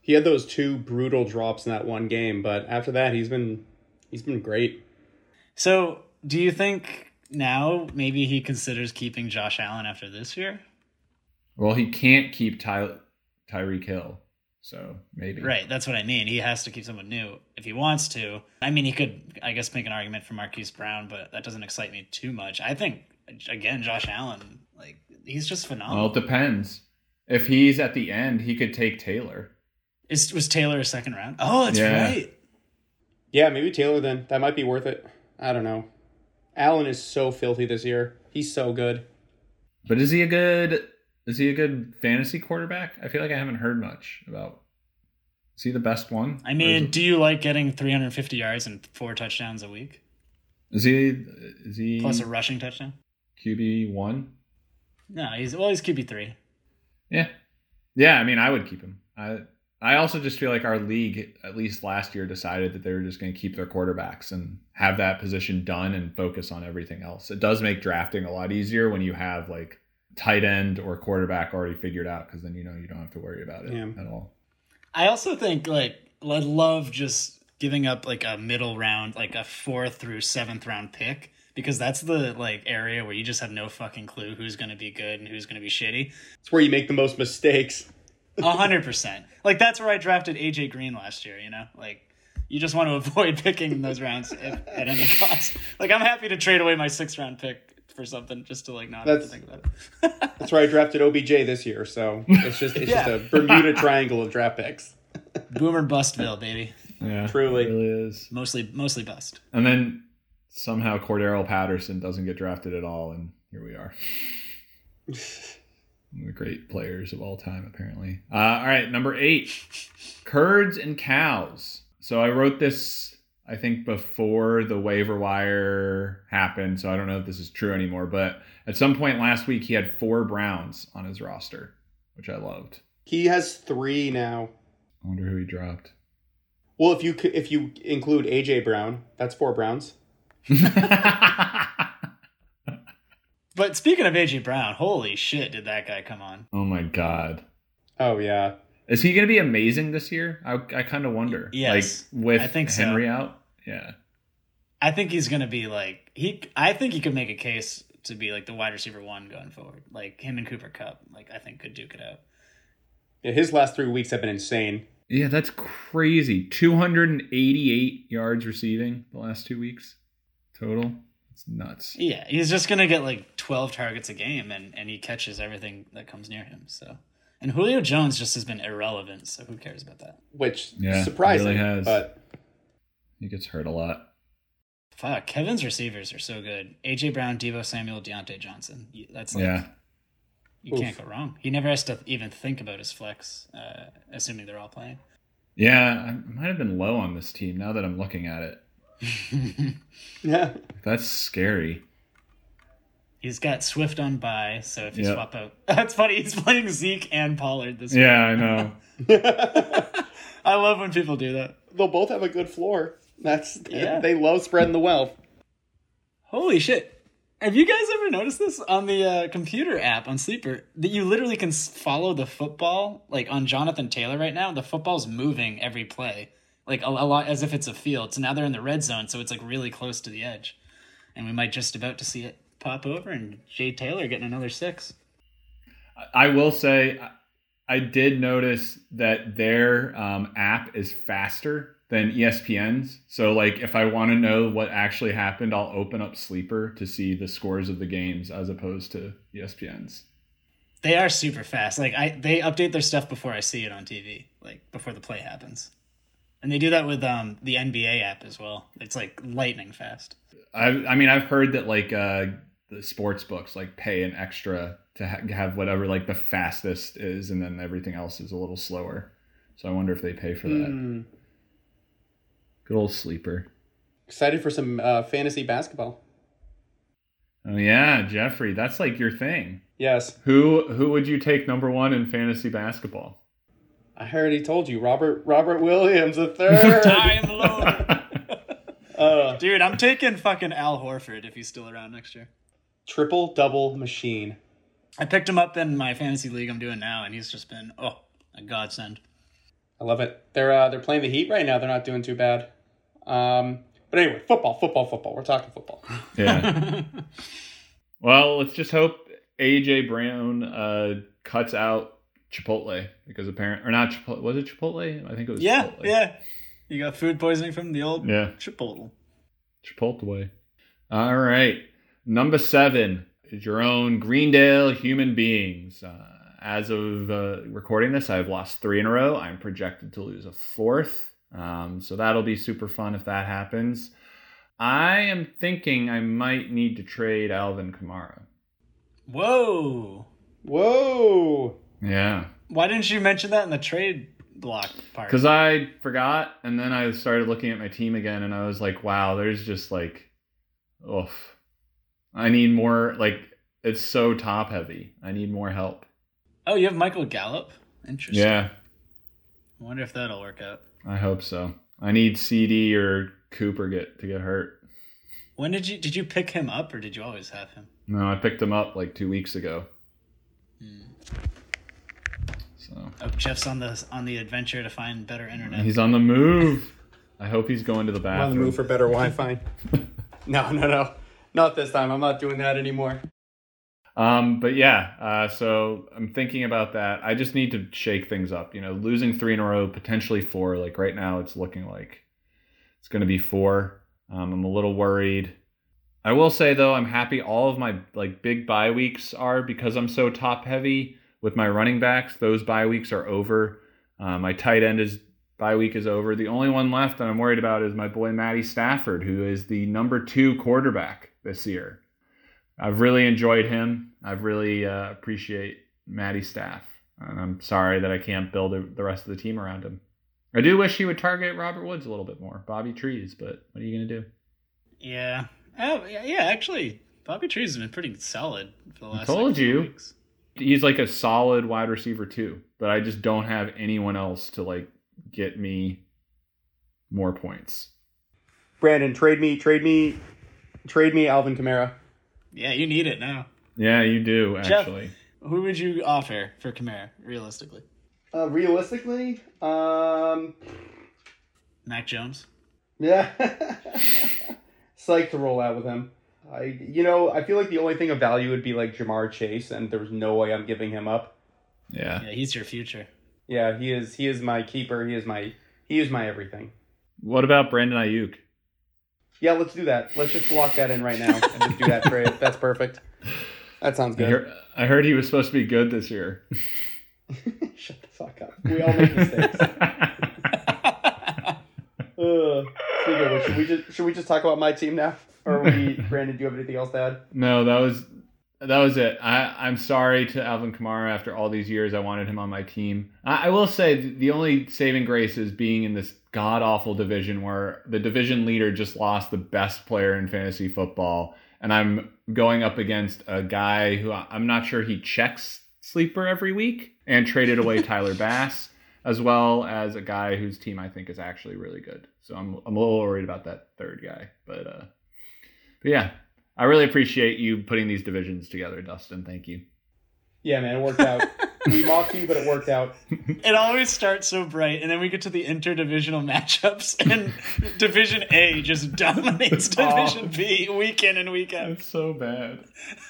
Speaker 2: He had those two brutal drops in that one game, but after that, he's been he's been great.
Speaker 3: So, do you think now maybe he considers keeping Josh Allen after this year?
Speaker 1: Well, he can't keep Ty- Tyreek Hill, so maybe
Speaker 3: Right, that's what I mean. He has to keep someone new if he wants to. I mean, he could, I guess, make an argument for Marquise Brown, but that doesn't excite me too much. I think again, Josh Allen, like he's just
Speaker 1: Well,
Speaker 3: phenomenal.
Speaker 1: it depends. If he's at the end, he could take Taylor.
Speaker 3: Is was Taylor a second round? Oh, that's
Speaker 1: Yeah.
Speaker 3: right.
Speaker 2: Yeah, maybe Taylor. Then that might be worth it. I don't know. Allen is so filthy this year. He's so good.
Speaker 1: But is he a good is he a good fantasy quarterback? I feel like I haven't heard much about. Is he the best one?
Speaker 3: I
Speaker 1: Or
Speaker 3: mean,
Speaker 1: is,
Speaker 3: do you like getting 350 yards and four touchdowns a week
Speaker 1: is he is he
Speaker 3: plus a rushing touchdown?
Speaker 1: QB one?
Speaker 3: No, he's well, he's QB three.
Speaker 1: Yeah, yeah. I mean, I would keep him. I I also just feel like our league, at least last year, decided that they were just going to keep their quarterbacks and have that position done and focus on everything else. It does make drafting a lot easier when you have like tight end or quarterback already figured out because then you know you don't have to worry about it
Speaker 2: Yeah.
Speaker 1: at all.
Speaker 3: I also think like I love just giving up like a middle round, like a fourth through seventh round pick, because that's the like area where you just have no fucking clue who's gonna be good and who's gonna be shitty.
Speaker 2: It's where you make the most mistakes.
Speaker 3: A hundred percent. Like that's where I drafted AJ Green last year. You know, like you just want to avoid picking in those rounds if, at any cost. Like I'm happy to trade away my sixth round pick for something just to like not
Speaker 2: That's-
Speaker 3: have to think about it.
Speaker 2: That's where I drafted OBJ this year, so it's just it's just a Bermuda Triangle of draft picks.
Speaker 3: Boomer bustville, baby.
Speaker 1: Yeah,
Speaker 2: Truly.
Speaker 1: it really is.
Speaker 3: Mostly, mostly bust.
Speaker 1: And then somehow Cordero Patterson doesn't get drafted at all, and here we are. One of the great players of all time, apparently. Uh, all right, number eight, curds and cows. So I wrote this, I think, before the waiver wire happened. So I don't know if this is true anymore, but at some point last week, he had four Browns on his roster, which I loved.
Speaker 2: He has three now.
Speaker 1: I wonder who he dropped.
Speaker 2: Well, if you c- if you include AJ Brown, that's four Browns.
Speaker 3: But speaking of AJ Brown, holy shit, did that guy come on?
Speaker 1: oh my God.
Speaker 2: Oh yeah,
Speaker 1: Is he going to be amazing this year? I, I kind of wonder.
Speaker 3: Yes,
Speaker 1: like with
Speaker 3: I think so.
Speaker 1: Henry out. Yeah,
Speaker 3: I think he's gonna be like he. I think he could make a case to be like the wide receiver one going forward. Like him and Cooper Cup. Like I think could duke it out.
Speaker 2: yeah his last three weeks have been insane.
Speaker 1: yeah, that's crazy. Two hundred and eighty-eight yards receiving the last two weeks total. It's nuts.
Speaker 3: Yeah, he's just gonna get like twelve targets a game, and and he catches everything that comes near him. So, and Julio Jones just has been irrelevant. So who cares about that?
Speaker 2: which
Speaker 1: Yeah,
Speaker 2: surprising.
Speaker 1: it really has.
Speaker 2: But
Speaker 1: He gets hurt a lot.
Speaker 3: Fuck, Kevin's receivers are so good. AJ Brown, Devo Samuel, Deontay Johnson. You- That's like,
Speaker 1: Yeah,
Speaker 3: you can't
Speaker 2: Oof.
Speaker 3: go wrong. He never has to even think about his flex, uh, assuming they're all playing.
Speaker 1: yeah. I might have been low on this team now that I'm looking at it.
Speaker 2: yeah,
Speaker 1: That's scary.
Speaker 3: He's got Swift on by, so if you
Speaker 1: Yeah.
Speaker 3: swap out, that's funny. He's playing Zeke and Pollard this week.
Speaker 1: Yeah, I know.
Speaker 3: I love when people do that.
Speaker 2: they'll both have a good floor. That's
Speaker 3: Yeah.
Speaker 2: they love spreading the wealth.
Speaker 3: Holy shit! Have you guys ever noticed this on the uh, computer app on Sleeper that you literally can s- follow the football? Like on Jonathan Taylor right now, the football's moving every play, like a, a lot as if it's a field. So now they're in the red zone, so it's like really close to the edge, and we might just about to see it pop over and Jay Taylor getting another six.
Speaker 1: I will say, I- I did notice that their um, app is faster than E ESPN's. So, like, if I want to know what actually happened, I'll open up Sleeper to see the scores of the games as opposed to E ESPN's.
Speaker 3: They are super fast. Like I, they update their stuff before I see it on TV, like before the play happens, and they do that with um the NBA app as well. It's like lightning fast.
Speaker 1: I, I mean, I've heard that like uh, the sports books like pay an extra to ha- have whatever like the fastest is, and then everything else is a little slower. So I wonder if they pay for that.
Speaker 2: Mm.
Speaker 1: Good old Sleeper.
Speaker 2: Excited for some uh, fantasy basketball.
Speaker 1: Oh yeah, Jeffrey, that's like your thing.
Speaker 2: Yes,
Speaker 1: Who who would you take number one in fantasy basketball?
Speaker 2: I already told you, Robert Robert Williams the third.
Speaker 3: am Lord.
Speaker 2: uh,
Speaker 3: Dude, I'm taking fucking Al Horford if he's still around next year.
Speaker 2: triple double machine.
Speaker 3: I picked him up in my fantasy league I'm doing now, and he's just been, oh, a godsend.
Speaker 2: I love it. They're uh, they're playing the Heat right now. They're not doing too bad. Um, but anyway, football, football, football. We're talking football.
Speaker 1: Yeah. well, let's just hope AJ Brown uh, cuts out Chipotle because apparent or not Chipotle was it Chipotle? I think it was.
Speaker 3: Yeah,
Speaker 1: Chipotle.
Speaker 3: yeah. You got food poisoning from the old
Speaker 1: Yeah.
Speaker 3: Chipotle.
Speaker 1: Chipotle. All right. Number seven is your own Greendale human beings. Uh, as of uh, recording this, I've lost three in a row. I'm projected to lose a fourth. Um, so that'll be super fun if that happens. I am thinking I might need to trade Alvin Kamara.
Speaker 3: Whoa.
Speaker 2: Whoa.
Speaker 1: Yeah.
Speaker 3: Why didn't you mention that in the trade block part?
Speaker 1: Because I forgot, and then I started looking at my team again, and I was like, wow, there's just like, oof. I need more, like, it's so top heavy. I need more help.
Speaker 3: Oh, you have Michael Gallup? Interesting.
Speaker 1: Yeah.
Speaker 3: I wonder if that'll work out.
Speaker 1: I hope so. I need CD or Cooper get to get hurt.
Speaker 3: When did you did you pick him up or did you always have him?
Speaker 1: No, I picked him up like two weeks ago. So
Speaker 3: Oh, Jeff's on the on the adventure to find better internet.
Speaker 1: he's on the move. I hope he's going to the
Speaker 2: I'm on
Speaker 1: bathroom.
Speaker 2: the move for better Wi-Fi. no, no, no, not this time. I'm not doing that anymore.
Speaker 1: Um, but yeah, uh, so I'm thinking about that. I just need to shake things up. You know, losing three in a row, potentially four. Like right now, it's looking like it's going to be four. Um, I'm a little worried. I will say though, I'm happy all of my like big bye weeks are because I'm so top heavy with my running backs. Those bye weeks are over. Uh, my tight end is bye week is over. The only one left that I'm worried about is my boy Matty Stafford, who is the number two quarterback this year. I've really enjoyed him. I really uh, appreciate Matty's staff. And I'm sorry that I can't build a, the rest of the team around him. I do wish he would target Robert Woods a little bit more, Bobby Trees, but what are you going to do?
Speaker 3: yeah. Oh yeah, yeah, actually Bobby Tree's been pretty solid for the last
Speaker 1: told
Speaker 3: like, four
Speaker 1: you.
Speaker 3: weeks.
Speaker 1: He's like a solid wide receiver too, but I just don't have anyone else to like get me more points.
Speaker 2: Brandon, trade me, trade me, trade me Alvin Kamara.
Speaker 3: Yeah, you need it now.
Speaker 1: Yeah, you do
Speaker 3: Jeff.
Speaker 1: actually.
Speaker 3: Who would you offer for Kamara, realistically?
Speaker 2: Uh, realistically, um,
Speaker 3: Mac Jones?
Speaker 2: yeah, psyched to roll out with him. I, you know, I feel like the only thing of value would be like Jamar Chase, and there's no way I'm giving him up.
Speaker 1: Yeah.
Speaker 3: Yeah, he's your future.
Speaker 2: Yeah, he is. He is my keeper. He is my. He is my everything.
Speaker 1: What about Brandon Ayuk?
Speaker 2: Yeah, let's do that. Let's just lock that in right now and just do that trade. That's perfect. That sounds
Speaker 1: I
Speaker 2: good.
Speaker 1: heard, I heard he was supposed to be good this year.
Speaker 2: Shut the fuck up. We all make mistakes. Ugh. Speaking of which, should we just should we just talk about my team now, or we Brandon? Do you have anything else to add?
Speaker 1: No, that was that was it. I, I'm sorry to Alvin Kamara. After all these years, I wanted him on my team. I, I will say th- the only saving grace is being in this god awful division where the division leader just lost the best player in fantasy football, and I'm going up against a guy who I, I'm not sure he checks sleeper every week and traded away Tyler Bass. As well as a guy whose team I think is actually really good, so I'm I'm a little worried about that third guy, but uh, but yeah, I really appreciate you putting these divisions together, Dustin. Thank you.
Speaker 2: Yeah, man, it worked out. we mocked you, but it worked out.
Speaker 3: It always starts so bright, and then we get to the interdivisional matchups, and Division A just dominates
Speaker 1: Oh.
Speaker 3: Division B week in and week out.
Speaker 1: It's so bad.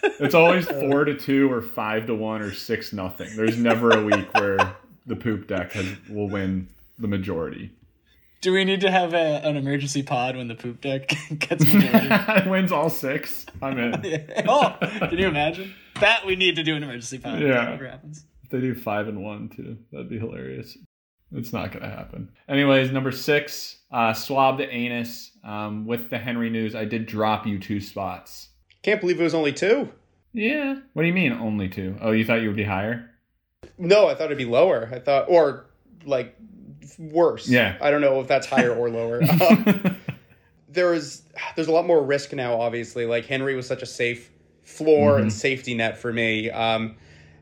Speaker 1: It's always four to two or five to one or six nothing. There's never a week where the poop deck has, will win the majority.
Speaker 3: Do we need to have a, an emergency pod when the poop deck gets majority?
Speaker 1: it wins all six. I'm in.
Speaker 3: oh, can you imagine? That we need to do an emergency pod.
Speaker 1: Yeah.
Speaker 3: That never happens.
Speaker 1: If they do five and one too, that'd be hilarious. It's not gonna happen. Anyways, number six, uh, swab the anus. Um, with the Henry news, I did drop you two spots.
Speaker 2: Can't believe it was only two.
Speaker 1: Yeah. What do you mean only two? Oh, you thought you would be higher?
Speaker 2: No, I thought it'd be lower. I thought, or like worse.
Speaker 1: Yeah.
Speaker 2: I don't know if that's higher or lower. Um, there is, there's a lot more risk now. Obviously, like Henry was such a safe floor and safety net for me. Um,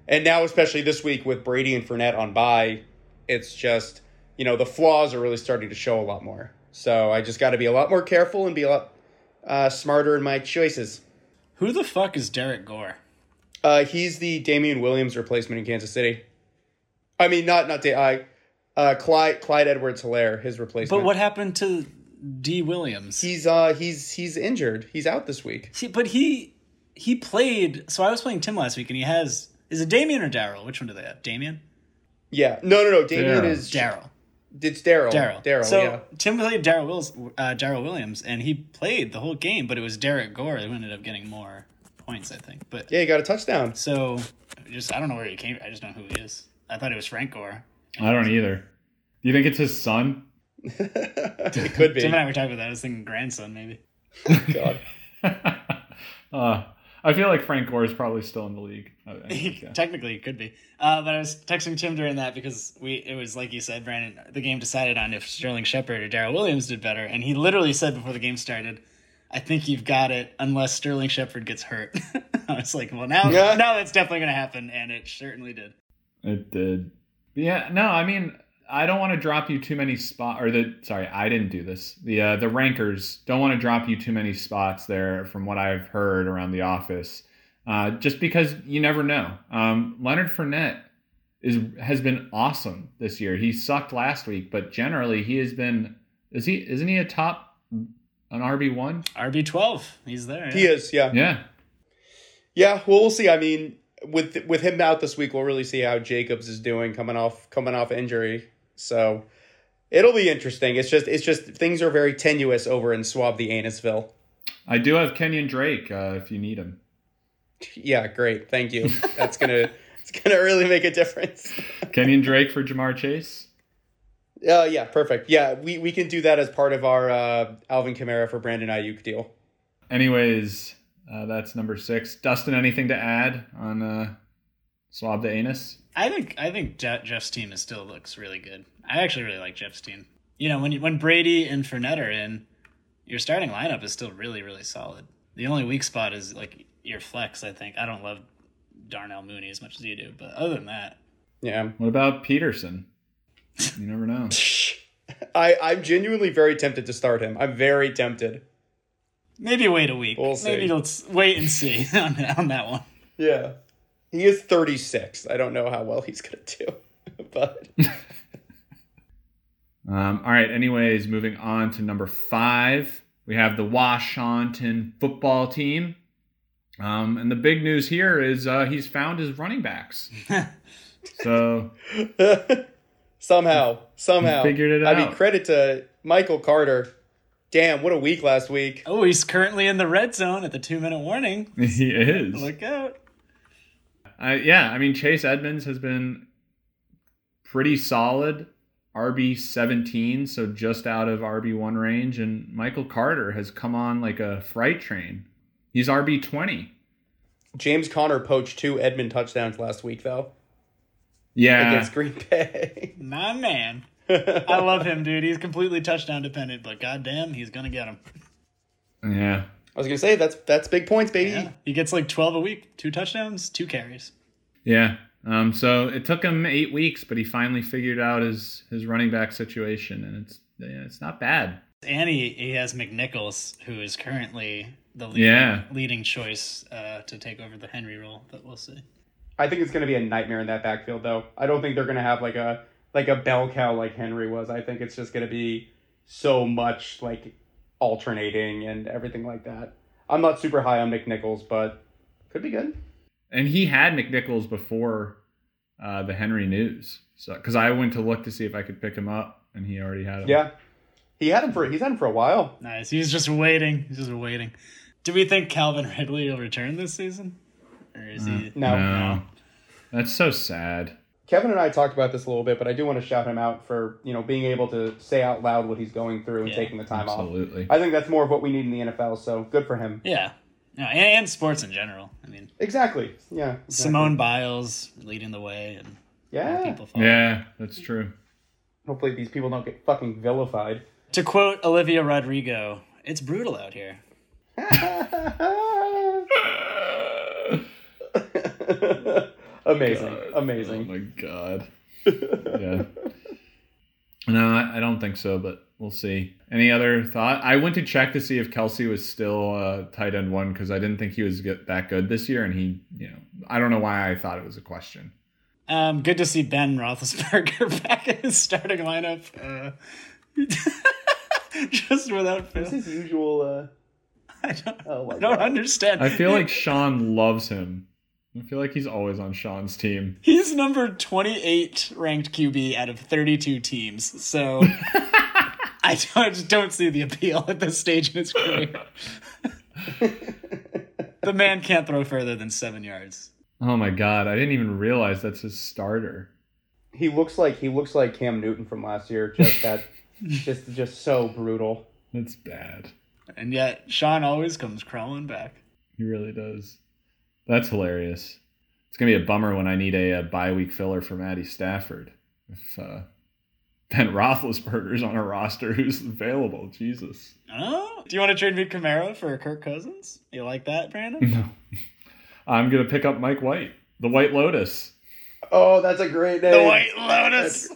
Speaker 2: and now, especially this week with Brady and Fournette on bye, it's just you know the flaws are really starting to show a lot more. So I just got to be a lot more careful and be a lot uh, smarter in my choices.
Speaker 3: Who the fuck is Derek Gore?
Speaker 2: Uh, he's the Damian Williams replacement in Kansas City. I mean, not not da- I, uh, Clyde Clyde Edwards Hilaire, his replacement.
Speaker 3: But what happened to D. Williams?
Speaker 2: He's uh he's he's injured. He's out this week.
Speaker 3: See, but he he played. So I was playing Tim last week, and he has is it Damien or Daryl? Which one do they have? Damien,
Speaker 2: Yeah. No, no, no. Damian
Speaker 1: Daryl.
Speaker 2: is
Speaker 3: Daryl,
Speaker 2: It's Daryl.
Speaker 3: Daryl,
Speaker 2: Daryl.
Speaker 3: So
Speaker 2: yeah.
Speaker 3: Tim played Daryl Wills, uh, Daryl Williams, and he played the whole game. But it was Derek Gore who ended up getting more points, I think. But
Speaker 2: Yeah, he got a touchdown.
Speaker 3: so just I don't know where he came. I just don't know who he is. I thought it was Frank Gore.
Speaker 1: I don't either. Do you think it's his son?
Speaker 2: It could be.
Speaker 3: Tim and I were talking about that. I was thinking grandson, maybe.
Speaker 2: God.
Speaker 1: uh, I feel like Frank Gore is probably still in the league. I- I think, yeah.
Speaker 3: Technically, it could be. Uh, but I was texting Tim during that because we it was like you said, Brandon. The game decided on if Sterling Shepard or Daryl Williams did better, and he literally said before the game started, "I think you've got it, unless Sterling Shepard gets hurt." I was like, "Well, now,
Speaker 2: Yeah.
Speaker 3: now that's definitely going to happen," and it certainly did.
Speaker 1: It did. Yeah, no, I mean, I don't want to drop you too many spot or the sorry, I didn't do this. The uh, the rankers don't want to drop you too many spots there from what I've heard around the office. Uh, just because you never know. Um, Leonard Fournette is has been awesome this year. He sucked last week, but generally he has been is he isn't he a top an RB one?
Speaker 3: RB twelve. He's there.
Speaker 2: He is, yeah.
Speaker 1: Yeah.
Speaker 2: Yeah, well, we'll see. I mean, with with him out this week, we'll really see how Jacobs is doing coming off coming off injury. So it'll be interesting. It's just it's just things are very tenuous over in Swab the Anusville.
Speaker 1: I do have Kenyon Drake uh, if you need him.
Speaker 2: Yeah, great. Thank you. That's gonna it's gonna really make a difference.
Speaker 1: Kenyon Drake for Jamar Chase.
Speaker 2: Uh, yeah, perfect. Yeah, we, we can do that as part of our uh, Alvin Kamara for Brandon Ayuk deal.
Speaker 1: Anyways, uh, that's number six. Dustin, anything to add on uh, swab the anus?
Speaker 3: I think I think Je- Jeff's team is still looks really good. I actually really like Jeff's team. You know, when you, when Brady and Fournette are in, your starting lineup is still really really solid. The only weak spot is like your flex. I think I don't love Darnell Mooney as much as you do, but other than that,
Speaker 2: Yeah,
Speaker 1: What about Peterson? You never know.
Speaker 2: I I'm genuinely very tempted to start him. I'm very tempted.
Speaker 3: maybe wait a week.
Speaker 2: We'll see.
Speaker 3: Maybe let's wait and see on, on that one.
Speaker 2: Yeah, he is 36. I don't know how well he's gonna do, but
Speaker 1: Um, all right. Anyways, moving on to number five, we have the Washington football team. Um, and the big news here is uh, he's found his running backs. so
Speaker 2: somehow somehow
Speaker 1: figured it
Speaker 2: I mean,
Speaker 1: out.
Speaker 2: credit to Michael Carter. Damn, what a week last week.
Speaker 3: Oh, he's currently in the red zone at the two minute warning.
Speaker 1: he is.
Speaker 3: Look out!
Speaker 1: Uh, yeah, I mean Chase Edmonds has been pretty solid, RB seventeen, so just out of RB one range, and Michael Carter has come on like a freight train. He's RB twenty.
Speaker 2: James Conner poached two Edmund touchdowns last week though
Speaker 1: Yeah,
Speaker 2: against Green Bay.
Speaker 3: My man. I love him, dude. He's completely touchdown dependent, but goddamn, he's gonna get him.
Speaker 1: yeah.
Speaker 2: I was gonna say that's that's big points, baby.
Speaker 3: Yeah. He gets like 12 a week, two touchdowns, two carries.
Speaker 1: Yeah. Um, so it took him eight weeks, but he finally figured out his his running back situation, and it's yeah, it's not bad.
Speaker 3: And he, he has McNichols, who is currently the leading,
Speaker 1: Yeah.
Speaker 3: leading choice uh, to take over the Henry role, but we'll see.
Speaker 2: I think it's going to be a nightmare in that backfield, though. I don't think they're going to have like a like a bell cow like Henry was. I think it's just going to be so much like alternating and everything like that. I'm not super high on Nick Nichols, but could be good.
Speaker 1: And he had McNichols before uh, the Henry news, so because I went to look to see if I could pick him up, and he already had him.
Speaker 2: Yeah, he had him for he's had him for a while.
Speaker 3: Nice. He's just waiting. He's just waiting. Do we think Calvin Ridley will return this season? Or is he.
Speaker 2: Mm. No.
Speaker 1: No. That's so sad.
Speaker 2: Kevin and I talked about this a little bit, but I do want to shout him out for you know being able to say out loud what he's going through and
Speaker 3: Yeah,
Speaker 2: taking the time off.
Speaker 1: Absolutely.
Speaker 2: I think that's more of what we need in the NFL. So good for him.
Speaker 3: Yeah. No, and, and sports in general. I mean,
Speaker 2: Exactly. Yeah. exactly.
Speaker 3: Simone Biles leading the way and
Speaker 2: Yeah.
Speaker 3: people following.
Speaker 1: Yeah, that's true.
Speaker 2: Hopefully these people don't get fucking vilified.
Speaker 3: To quote Olivia Rodrigo, it's brutal out here.
Speaker 2: Oh amazing, amazing.
Speaker 1: Oh my god. yeah. No, I I don't think so, but we'll see. Any other thought? I went to check to see if Kelsey was still uh, tight end one because I didn't think he was get that good this year, and he, you know, I don't know why I thought it was a question.
Speaker 3: Um, good to see Ben Roethlisberger back in his starting lineup. Uh, just without
Speaker 2: It's
Speaker 3: fail.
Speaker 2: his usual. Uh,
Speaker 3: I don't,
Speaker 2: oh my
Speaker 3: I don't
Speaker 2: God.
Speaker 3: understand.
Speaker 1: I feel like Sean loves him. I feel like he's always on Sean's team.
Speaker 3: he's number 28 ranked QB out of 32 teams. So I, don't, I just don't see the appeal at this stage in his career. the man can't throw further than seven yards.
Speaker 1: Oh my god, I didn't even realize that's his starter.
Speaker 2: he looks like he looks like Cam Newton from last year. Just that, just just so brutal.
Speaker 1: That's bad.
Speaker 3: And yet, Sean always comes crawling back.
Speaker 1: He really does. That's hilarious. It's gonna be a bummer when I need a, uh bye week filler for Matty Stafford. If uh, Ben Roethlisberger's on a roster who's available, Jesus.
Speaker 3: Oh, do you want to trade me Camaro for Kirk Cousins? You like that, Brandon?
Speaker 1: No, I'm gonna pick up Mike White, the White Lotus.
Speaker 2: Oh, that's a great name.
Speaker 3: The White Lotus.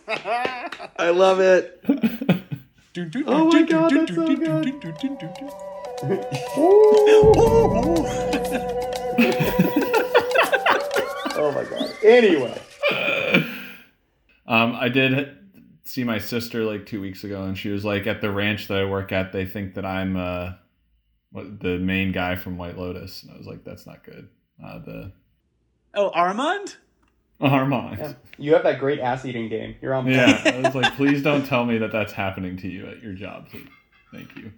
Speaker 2: I love it.
Speaker 3: oh
Speaker 2: my God, that's so Oh my god. Anyway,
Speaker 1: Um, I did see my sister like two weeks ago, and she was like, at the ranch that I work at, they think that I'm uh, what, the main guy from White Lotus, and I was like, that's not good. Uh, the
Speaker 3: Oh, Armand?
Speaker 1: Armand.
Speaker 2: you have that great ass eating game. You're on.
Speaker 1: Yeah. I was like, please don't tell me that that's happening to you at your job. please. Thank you.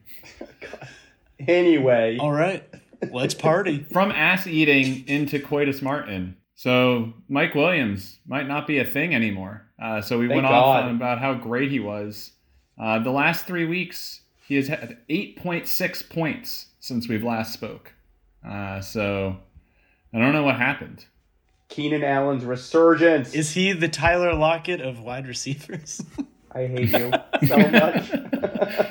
Speaker 2: Anyway,
Speaker 3: All right. Let's party.
Speaker 1: From ass eating into coitus Martin. So Mike Williams might not be a thing anymore. Uh, so we
Speaker 2: Thank
Speaker 1: went
Speaker 2: God.
Speaker 1: off on about how great he was. Uh, the last three weeks, he has had 8.6 points since we've last spoke. Uh, so I don't know what happened.
Speaker 2: Keenan Allen's resurgence.
Speaker 3: Is he the Tyler Lockett of wide receivers?
Speaker 2: I hate you so much.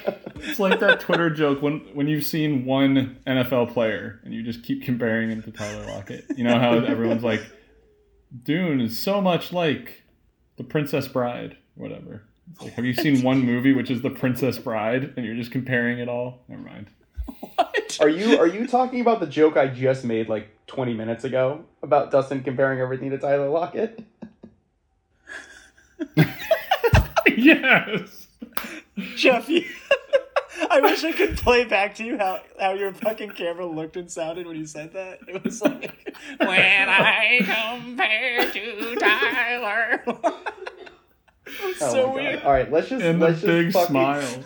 Speaker 1: It's like that Twitter joke when when you've seen one NFL player and you just keep comparing him to Tyler Lockett. You know how everyone's like, Dune is so much like The Princess Bride, whatever. It's Like, have you seen one movie which is The Princess Bride and you're just comparing it all? Never mind.
Speaker 2: Are you are you talking about the joke I just made like 20 minutes ago about Dustin comparing everything to Tyler Lockett?
Speaker 1: yes.
Speaker 3: Jeff, you- I wish I could play back to you how, how your fucking camera looked and sounded when you said that. It was like, when I compare to Tyler.
Speaker 2: Oh
Speaker 3: so
Speaker 2: my God.
Speaker 3: weird.
Speaker 2: All right, let's just
Speaker 1: And the
Speaker 2: let's just
Speaker 1: big
Speaker 2: fucking
Speaker 1: smile.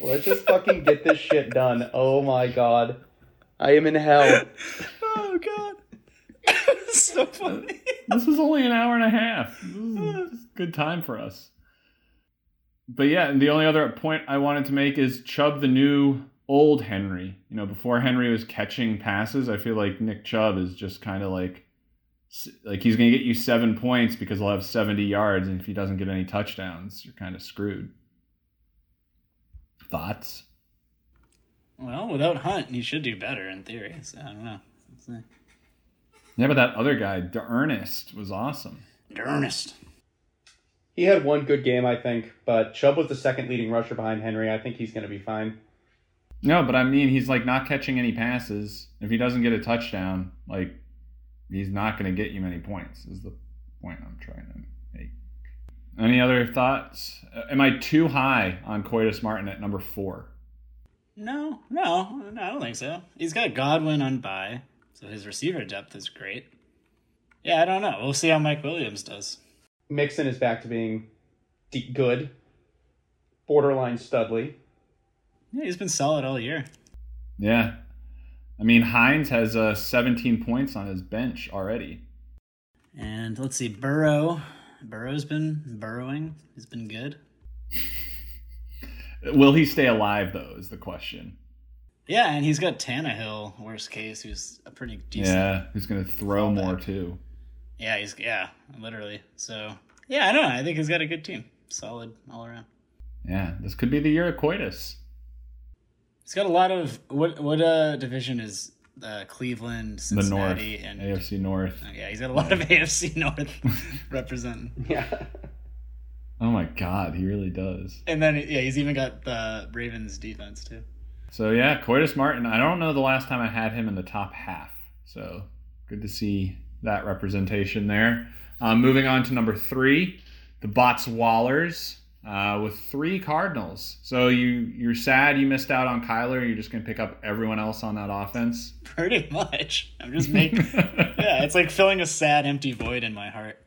Speaker 2: let's just fucking get this shit done. Oh my god. I am in hell.
Speaker 3: Oh, God. It's so funny.
Speaker 1: this was only an hour and a half. This is a good time for us. But yeah, and the only other point I wanted to make is Chubb, the new old Henry. You know, before Henry was catching passes, I feel like Nick Chubb is just kind of like, s- like he's going to get you seven points because he'll have 70 yards. And if he doesn't get any touchdowns, you're kind of screwed. Thoughts?
Speaker 3: Well, without Hunt, you should do better in theory. So I don't know.
Speaker 1: Yeah, but that other guy, Ernest, was awesome.
Speaker 3: Ernest.
Speaker 2: He had one good game, I think, but Chubb was the second leading rusher behind Henry. I think he's going to be fine.
Speaker 1: No, but I mean, he's like not catching any passes. If he doesn't get a touchdown, like he's not going to get you many points. Is the point I'm trying to make? Any other thoughts? Uh, Am I too high on Coitus Martin at number four?
Speaker 3: No, no, no, I don't think so. He's got Godwin on bye, so his receiver depth is great. Yeah, I don't know. We'll see how Mike Williams does.
Speaker 2: Mixon is back to being de- good. Borderline Studley.
Speaker 3: Yeah, he's been solid all year.
Speaker 1: Yeah, I mean Hines has uh, 17 points on his bench already.
Speaker 3: And let's see, Burrow. Burrow's been burrowing. He's been good.
Speaker 1: Will he stay alive though? Is the question.
Speaker 3: Yeah, and he's got Tannehill, worst case, who's a pretty decent. Yeah,
Speaker 1: Yeah, who's going to throw more too?
Speaker 3: he's yeah, literally. So yeah, I don't know. I think he's got a good team, solid all around.
Speaker 1: Yeah, this could be the year of Coitus.
Speaker 3: He's got a lot of what? What uh, division is uh, Cleveland,
Speaker 1: The North,
Speaker 3: Cincinnati, and
Speaker 1: AFC North.
Speaker 3: Yeah, he's got a lot of AFC North representing.
Speaker 2: Yeah.
Speaker 1: Oh my God, he really does.
Speaker 3: And then, yeah, he's even got the Ravens defense, too.
Speaker 1: So yeah, Coitus Martin. I don't know the last time I had him in the top half. So good to see that representation there. Um, moving on to number three, the Bots Wallers uh, with three Cardinals. So you you're sad you missed out on Kyler. You're just gonna pick up everyone else on that offense.
Speaker 3: Pretty much. I'm just making. yeah, it's like filling a sad, empty void in my heart.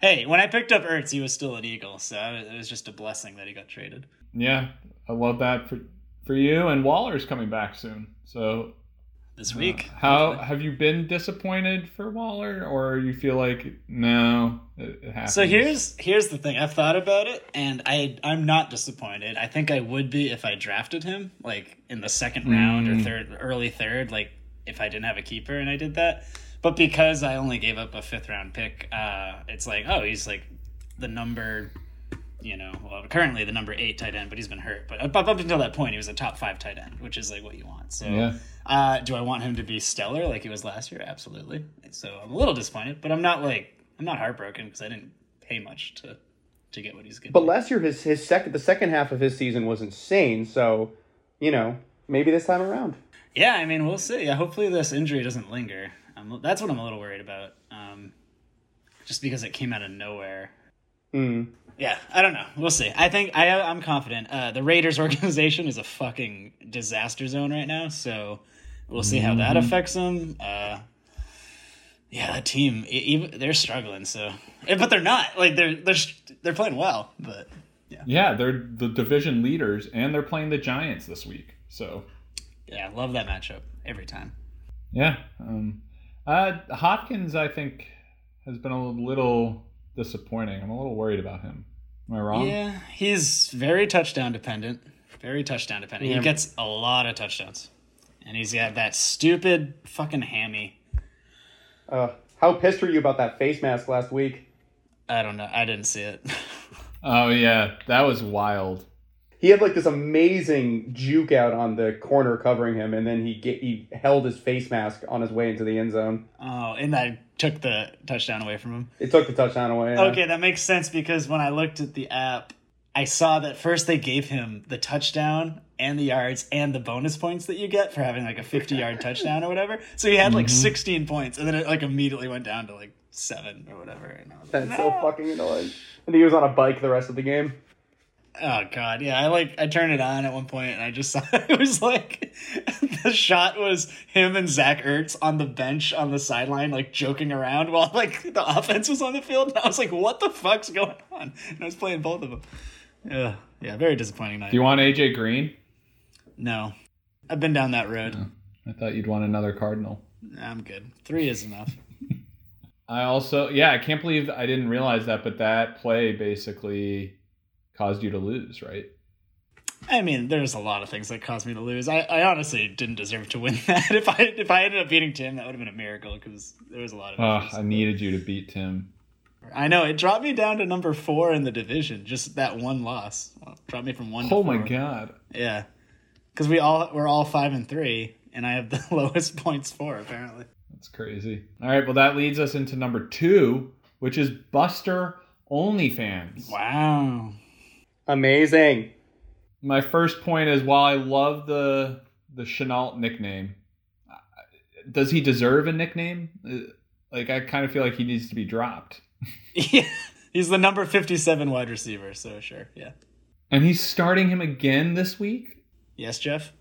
Speaker 3: Hey, when I picked up Ertz, he was still an Eagle, so I was- it was just a blessing that he got traded.
Speaker 1: yeah, I love that for for you. And Waller's coming back soon. So
Speaker 3: This week,
Speaker 1: how have you been disappointed for Waller, or you feel like no, it, it happens?
Speaker 3: So here's here's the thing. I've thought about it, and I I'm not disappointed. I think I would be if I drafted him like in the second round
Speaker 1: Mm.
Speaker 3: or third, early third, like if I didn't have a keeper and I did that. But because I only gave up a fifth round pick, uh, it's like oh he's like the number, you know, well currently the number eight tight end, but he's been hurt. But up, up up until that point, he was a top five tight end, which is like what you want. So.
Speaker 1: yeah.
Speaker 3: Uh, do I want him to be stellar like he was last year? Absolutely. So I'm a little disappointed, but I'm not like I'm not heartbroken because I didn't pay much to to get what he's getting.
Speaker 2: But last year, his his second the second half of his season was insane. So, you know, maybe this time around.
Speaker 3: yeah, I mean, we'll see. Yeah, hopefully this injury doesn't linger. Um, that's what I'm a little worried about. Um, just because it came out of nowhere.
Speaker 2: Mm.
Speaker 3: Yeah, I don't know. We'll see. I think I I'm confident. Uh, the Raiders organization is a fucking disaster zone right now, so we'll see how that affects them. Uh, yeah, that team e- even they're struggling. So, Eh, but they're not like they're they're they're playing well, but
Speaker 1: Yeah, they're the division leaders, and they're playing the Giants this week. So
Speaker 3: yeah, love that matchup every time.
Speaker 1: yeah, um, uh, Hopkins I think has been a little disappointing. I'm a little worried about him. Am I wrong?
Speaker 3: Yeah, he's very touchdown dependent. Very touchdown dependent. He gets a lot of touchdowns, and he's got that stupid fucking hammy.
Speaker 2: Uh, how pissed were you about that face mask last week?
Speaker 3: I don't know. I didn't see it.
Speaker 1: Oh yeah, that was wild.
Speaker 2: He had like this amazing juke out on the corner covering him, and then he get, he held his face mask on his way into the end zone.
Speaker 3: Oh, and I took the touchdown away from him.
Speaker 2: It took the touchdown away. yeah.
Speaker 3: Okay, that makes sense because when I looked at the app, I saw that first they gave him the touchdown and the yards and the bonus points that you get for having like a 50 yard touchdown or whatever. So he had like 16 points and then it like immediately went down to like seven or whatever. And I was like,
Speaker 2: That's so fucking annoying. And he was on a bike the rest of the game.
Speaker 3: Oh god, yeah. I like I turned it on at one point and I just saw it was like the shot was him and Zach Ertz on the bench on the sideline, like joking around while like the offense was on the field. And I was like, what the fuck's going on? And I was playing both of them. Yeah, yeah, very disappointing night.
Speaker 1: Do you want AJ Green?
Speaker 3: no. I've been down that road.
Speaker 1: I thought you'd want another Cardinal.
Speaker 3: I'm good. Three is enough.
Speaker 1: I also, yeah, I can't believe I didn't realize that, but that play basically caused you to lose, right?
Speaker 3: I mean, there's a lot of things that caused me to lose. I, I honestly didn't deserve to win that. If I if I ended up beating Tim, that would have been a miracle because there was a lot of
Speaker 1: Ugh,
Speaker 3: issues.
Speaker 1: I needed you to beat Tim.
Speaker 3: I know it dropped me down to number four in the division. Just that one loss Well, dropped me from one. to
Speaker 1: Oh my
Speaker 3: four.
Speaker 1: god.
Speaker 3: Yeah, because we all we're all five and three, and I have the lowest points for apparently.
Speaker 1: That's crazy. All right, well, that leads us into number two, which is Buster OnlyFans.
Speaker 3: Wow.
Speaker 2: Amazing.
Speaker 1: My first point is while I love the the Chenault nickname, I- does he deserve a nickname? Uh, Like, I kind of feel like he needs to be dropped.
Speaker 3: Yeah, he's the number fifty-seven wide receiver. So sure, yeah.
Speaker 1: And he's starting him again this week?
Speaker 3: Yes, Jeff.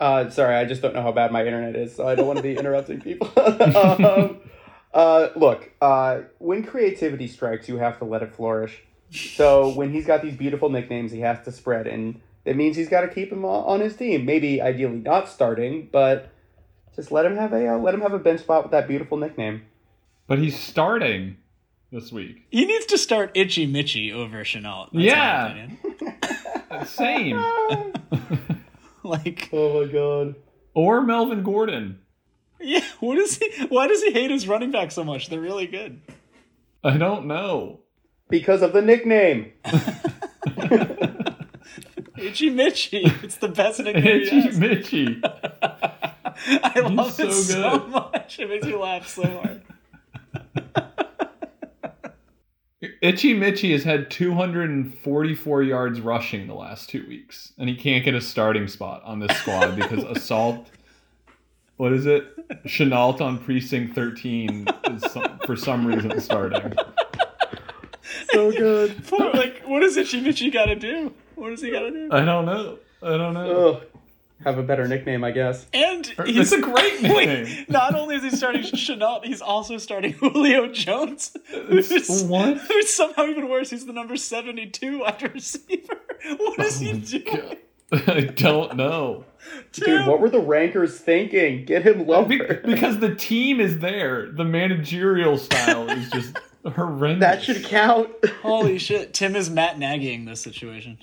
Speaker 2: Uh, sorry, I just don't know how bad my internet is, so I don't want to be interrupting people. um, uh, look, uh, when creativity strikes, you have to let it flourish. So when he's got these beautiful nicknames, he has to spread, and it means he's got to keep him on on his team. Maybe ideally not starting, but just let him have a uh, let him have a bench spot with that beautiful nickname.
Speaker 1: But he's starting this week.
Speaker 3: He needs to start Itchy Mitchy over Chenault. That's my
Speaker 1: Yeah.
Speaker 3: opinion.
Speaker 1: Same.
Speaker 3: Like,
Speaker 2: Oh my god.
Speaker 1: or Melvin Gordon.
Speaker 3: yeah. What is he? Why does he hate his running back so much? They're really good.
Speaker 1: I don't know.
Speaker 2: Because of the nickname.
Speaker 3: Itchy Mitchy. It's the best nickname. he
Speaker 1: Itchy
Speaker 3: has.
Speaker 1: Mitchy.
Speaker 3: I love
Speaker 1: so
Speaker 3: it so
Speaker 1: good.
Speaker 3: much. It makes me laugh so hard.
Speaker 1: Itchy Mitchy has had 244 yards rushing the last two weeks, and he can't get a starting spot on this squad because Assault, what is it? Chenault on Precinct 13 is some, for some reason starting.
Speaker 2: So good.
Speaker 3: Poor, like, what does Itchy Mitchy got to do? What does he got to do?
Speaker 1: I don't know. I don't know.
Speaker 2: Ugh. Have a better nickname, I guess.
Speaker 3: And
Speaker 1: It's
Speaker 3: he's
Speaker 1: a great name.
Speaker 3: wait. Not only is he starting Chenault, he's also starting Julio Jones, who's,
Speaker 1: What?
Speaker 3: who's somehow even worse. He's the number seventy-two wide receiver. What is
Speaker 1: Oh
Speaker 3: he doing?
Speaker 1: I don't know.
Speaker 2: Dude, what were the rankers thinking? Get him
Speaker 1: Be-
Speaker 2: lower.
Speaker 1: because the team is there. The managerial style is just horrendous.
Speaker 2: That should count.
Speaker 3: Holy shit! Tim is Matt Nagying this situation.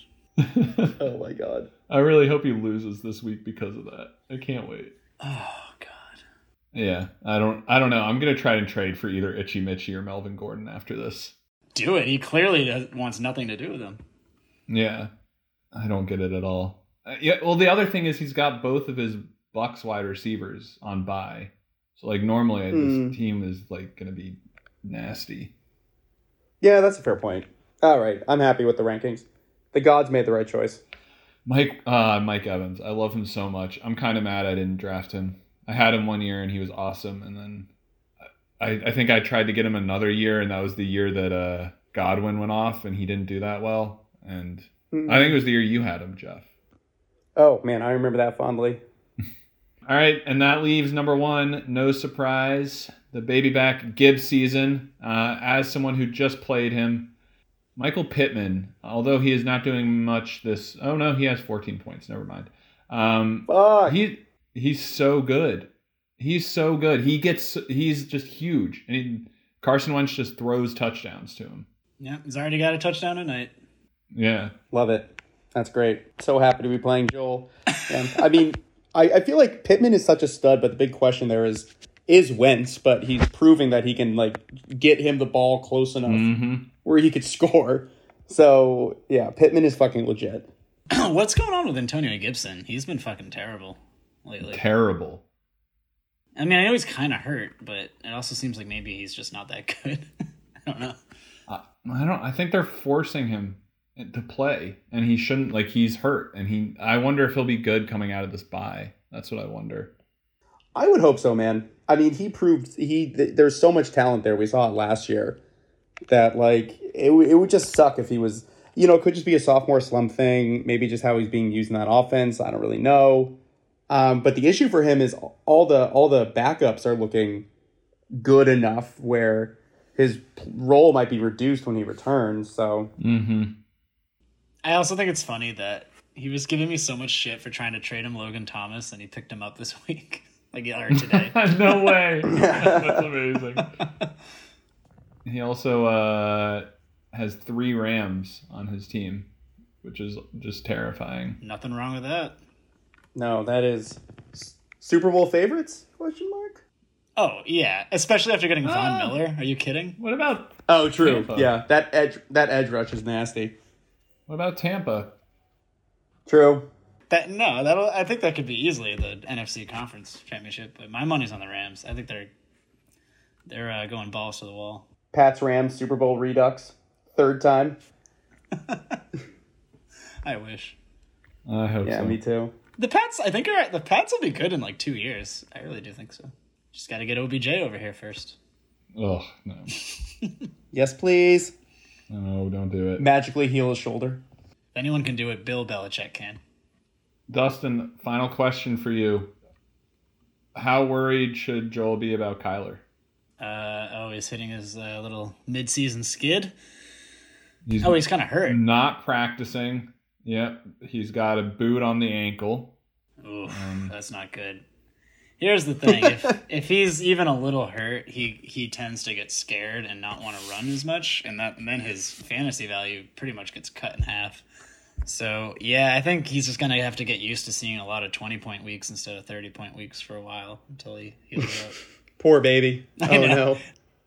Speaker 2: Oh my god.
Speaker 1: I really hope he loses this week because of that. I can't wait.
Speaker 3: Oh god.
Speaker 1: Yeah, I don't. I don't know. I'm gonna try and trade for either Itchy Mitchy or Melvin Gordon after this.
Speaker 3: Do it. He clearly does, wants nothing to do with him.
Speaker 1: Yeah, I don't get it at all. Uh, yeah. Well, the other thing is he's got both of his Bucks wide receivers on bye. So like normally this team is like gonna be nasty.
Speaker 2: Yeah, that's a fair point. All right, I'm happy with the rankings. The gods made the right choice.
Speaker 1: Mike uh, Mike Evans. I love him so much. I'm kind of mad I didn't draft him. I had him one year and he was awesome, and then I, I think I tried to get him another year, and that was the year that uh, Godwin went off, and he didn't do that well. And I think it was the year you had him, Jeff.
Speaker 2: Oh man, I remember that fondly.
Speaker 1: All right, and that leaves number one. No surprise, the baby back Gibbs season. Uh, as someone who just played him, Michael Pittman, although he is not doing much this. Oh no, he has 14 points. Never mind. Um,
Speaker 2: Fuck.
Speaker 1: he he's so good. He's so good. He gets he's just huge. And he, Carson Wentz just throws touchdowns to him.
Speaker 3: Yeah, he's already got a touchdown tonight.
Speaker 1: Yeah.
Speaker 2: Love it. That's great. So happy to be playing Joel. And, I mean, I, I feel like Pittman is such a stud, but the big question there is is Wentz, but he's proving that he can like get him the ball close enough
Speaker 1: Mm-hmm.
Speaker 2: where he could score. So yeah, Pittman is fucking legit.
Speaker 3: What's going on with Antonio Gibson? He's been fucking terrible lately.
Speaker 1: Terrible.
Speaker 3: I mean, I know he's kind of hurt, but it also seems like maybe he's just not that good. I don't know.
Speaker 1: I don't I think they're forcing him to play and he shouldn't like he's hurt and he I wonder if he'll be good coming out of this bye. That's what I wonder.
Speaker 2: I would hope so, man. I mean, he proved he th- there's so much talent there. We saw it last year that like it, w- it would just suck if he was, you know, it could just be a sophomore slump thing, maybe just how he's being used in that offense. I don't really know. Um, but the issue for him is all the all the backups are looking good enough where his p- role might be reduced when he returns. So
Speaker 1: Mhm.
Speaker 3: I also think it's funny that he was giving me so much shit for trying to trade him Logan Thomas, and he picked him up this week, like or today.
Speaker 1: no way. That's amazing. He also uh, has 3 Rams on his team, which is just terrifying.
Speaker 3: Nothing wrong with that.
Speaker 2: no, that is S- Super Bowl favorites? Question mark.
Speaker 3: Oh yeah, especially after getting Von Miller. Are you kidding?
Speaker 1: What about
Speaker 2: Oh, true.
Speaker 1: Tampa.
Speaker 2: Yeah, that edge that edge rush is nasty.
Speaker 1: what about Tampa?
Speaker 2: True.
Speaker 3: That no, that will I think that could be easily the NFC Conference Championship. But my money's on the Rams. I think they're they're uh, going balls to the wall.
Speaker 2: Pats Rams Super Bowl Redux, third time.
Speaker 3: I wish
Speaker 1: I hope
Speaker 2: Yeah,
Speaker 1: so.
Speaker 2: me too.
Speaker 3: the Pats. I think are the Pats will be good in like two years. I really do think so. Just got to get OBJ over here first.
Speaker 1: Ugh, no.
Speaker 2: Yes, please.
Speaker 1: No, don't do it.
Speaker 2: Magically heal his shoulder.
Speaker 3: If anyone can do it, Bill Belichick can.
Speaker 1: Dustin, final question for you. How worried should Joel be about Kyler?
Speaker 3: Uh, oh, he's hitting his uh, little mid-season skid.
Speaker 1: He's
Speaker 3: Oh, he's kind of hurt.
Speaker 1: not practicing. Yep, he's got a boot on the ankle.
Speaker 3: Oof,
Speaker 1: Um,
Speaker 3: that's not good. Here's the thing: if if he's even a little hurt, he he tends to get scared and not want to run as much, and that and then his fantasy value pretty much gets cut in half. So yeah, I think he's just gonna have to get used to seeing a lot of twenty point weeks instead of thirty point weeks for a while until he heals up.
Speaker 2: Poor baby. Oh
Speaker 3: know.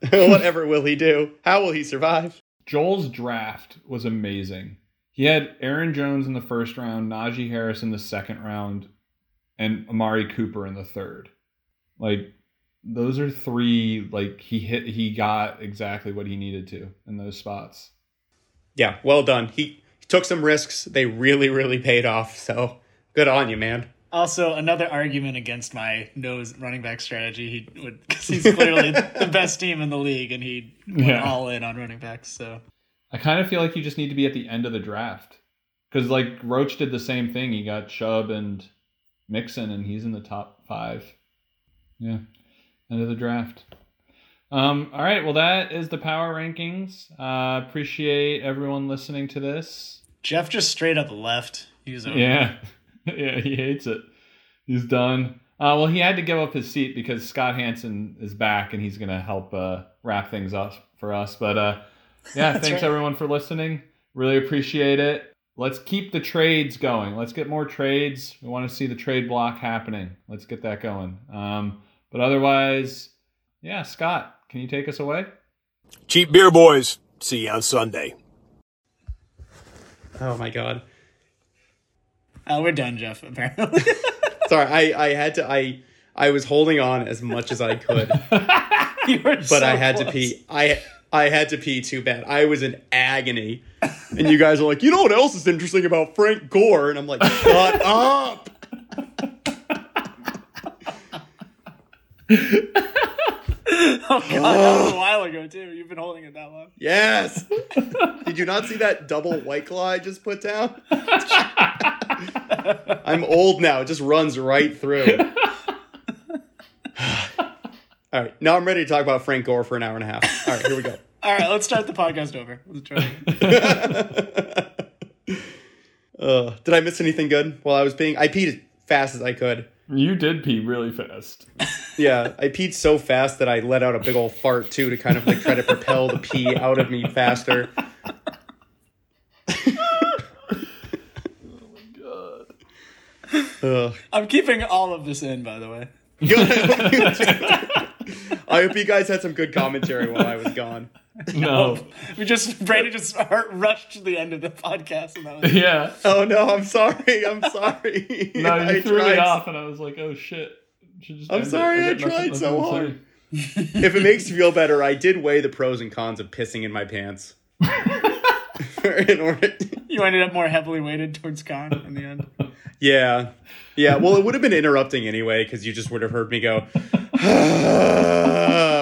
Speaker 2: no. Whatever will he do? How will he survive?
Speaker 1: Joel's draft was amazing. He had Aaron Jones in the first round, Najee Harris in the second round, and Amari Cooper in the third. Like those are three like he hit he got exactly what he needed to in those spots.
Speaker 2: Yeah, well done. He, he took some risks. They really, really paid off. So good on you, man.
Speaker 3: Also, another argument against my nose running back strategy. He would because he's clearly the best team in the league, and he went
Speaker 1: Yeah.
Speaker 3: all in on running backs. So
Speaker 1: I kind of feel like you just need to be at the end of the draft because like Roach did the same thing. He got Chubb and Mixon, and he's in the top five. Yeah, end of the draft. Um, all right, well that is the power rankings. Uh, appreciate everyone listening to this.
Speaker 3: Jeff just straight up left. He was over.
Speaker 1: Yeah, yeah, he hates it. He's done. Uh, well, he had to give up his seat because Scott Hansen is back, and he's gonna help uh, wrap things up for us. But uh, yeah, thanks
Speaker 3: right.
Speaker 1: everyone for listening. Really appreciate it. Let's keep the trades going. Let's get more trades. We want to see the trade block happening. Let's get that going. Um, but otherwise, yeah, Scott, can you take us away?
Speaker 5: Cheap beer, boys. See you on Sunday.
Speaker 2: Oh my god.
Speaker 3: Oh, we're done, Jeff. Apparently,
Speaker 2: Sorry, I, I had to I I was holding on as much as I could,
Speaker 3: you were
Speaker 2: but I had to pee. I I had to pee too bad. I was in agony. And you guys are like, you know what else is interesting about Frank Gore? And I'm like, shut up.
Speaker 3: that was a while ago too. You've been holding it that long.
Speaker 2: Yes. Did you not see that double white claw I just put down? I'm old now. It just runs right through. All right. Now I'm ready to talk about Frank Gore for an hour and a half. All right, here we go.
Speaker 3: All right, let's start the podcast over. Let's try. again.
Speaker 2: Uh, did I miss anything good while I was peeing? I peed as fast as I could.
Speaker 1: You did pee really fast.
Speaker 2: Yeah, I peed so fast that I let out a big old fart too to kind of like try to propel the pee out of me faster. oh
Speaker 3: I'm keeping all of this in, by the way.
Speaker 2: my god. I hope you guys had some good commentary while I was gone.
Speaker 1: No.
Speaker 3: We just Brandon just heart rushed to the end of the podcast, and that was
Speaker 1: yeah.
Speaker 2: Oh no, I'm sorry. I'm sorry.
Speaker 1: No, you
Speaker 2: I
Speaker 1: threw
Speaker 2: tried
Speaker 1: me
Speaker 2: so-
Speaker 1: off, and I was like, "Oh shit!" Should just
Speaker 2: I'm
Speaker 1: end it.
Speaker 2: sorry,
Speaker 1: got
Speaker 2: I
Speaker 1: nothing-
Speaker 2: tried so
Speaker 1: nothing to
Speaker 2: hard.
Speaker 1: say.
Speaker 2: if it makes you feel better, I did weigh the pros and cons of pissing in my pants. in order,
Speaker 3: you ended up more heavily weighted towards Khan in the end.
Speaker 2: yeah, yeah. Well, it would have been interrupting anyway because you just would have heard me go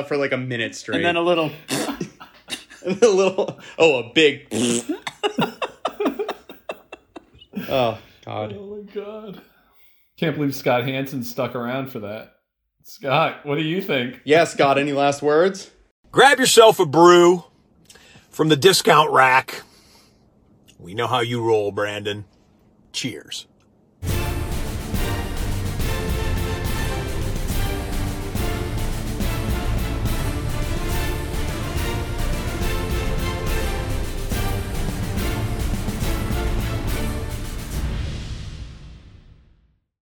Speaker 2: for like a minute straight,
Speaker 3: And then a little.
Speaker 2: a little, oh, a big. oh God,
Speaker 1: Oh my god! Can't believe Scott Hansen stuck around for that. Scott, what do you think?
Speaker 2: yeah, Scott. Any last words?
Speaker 5: Grab yourself a brew from the discount rack. We know how you roll, Brandon. Cheers.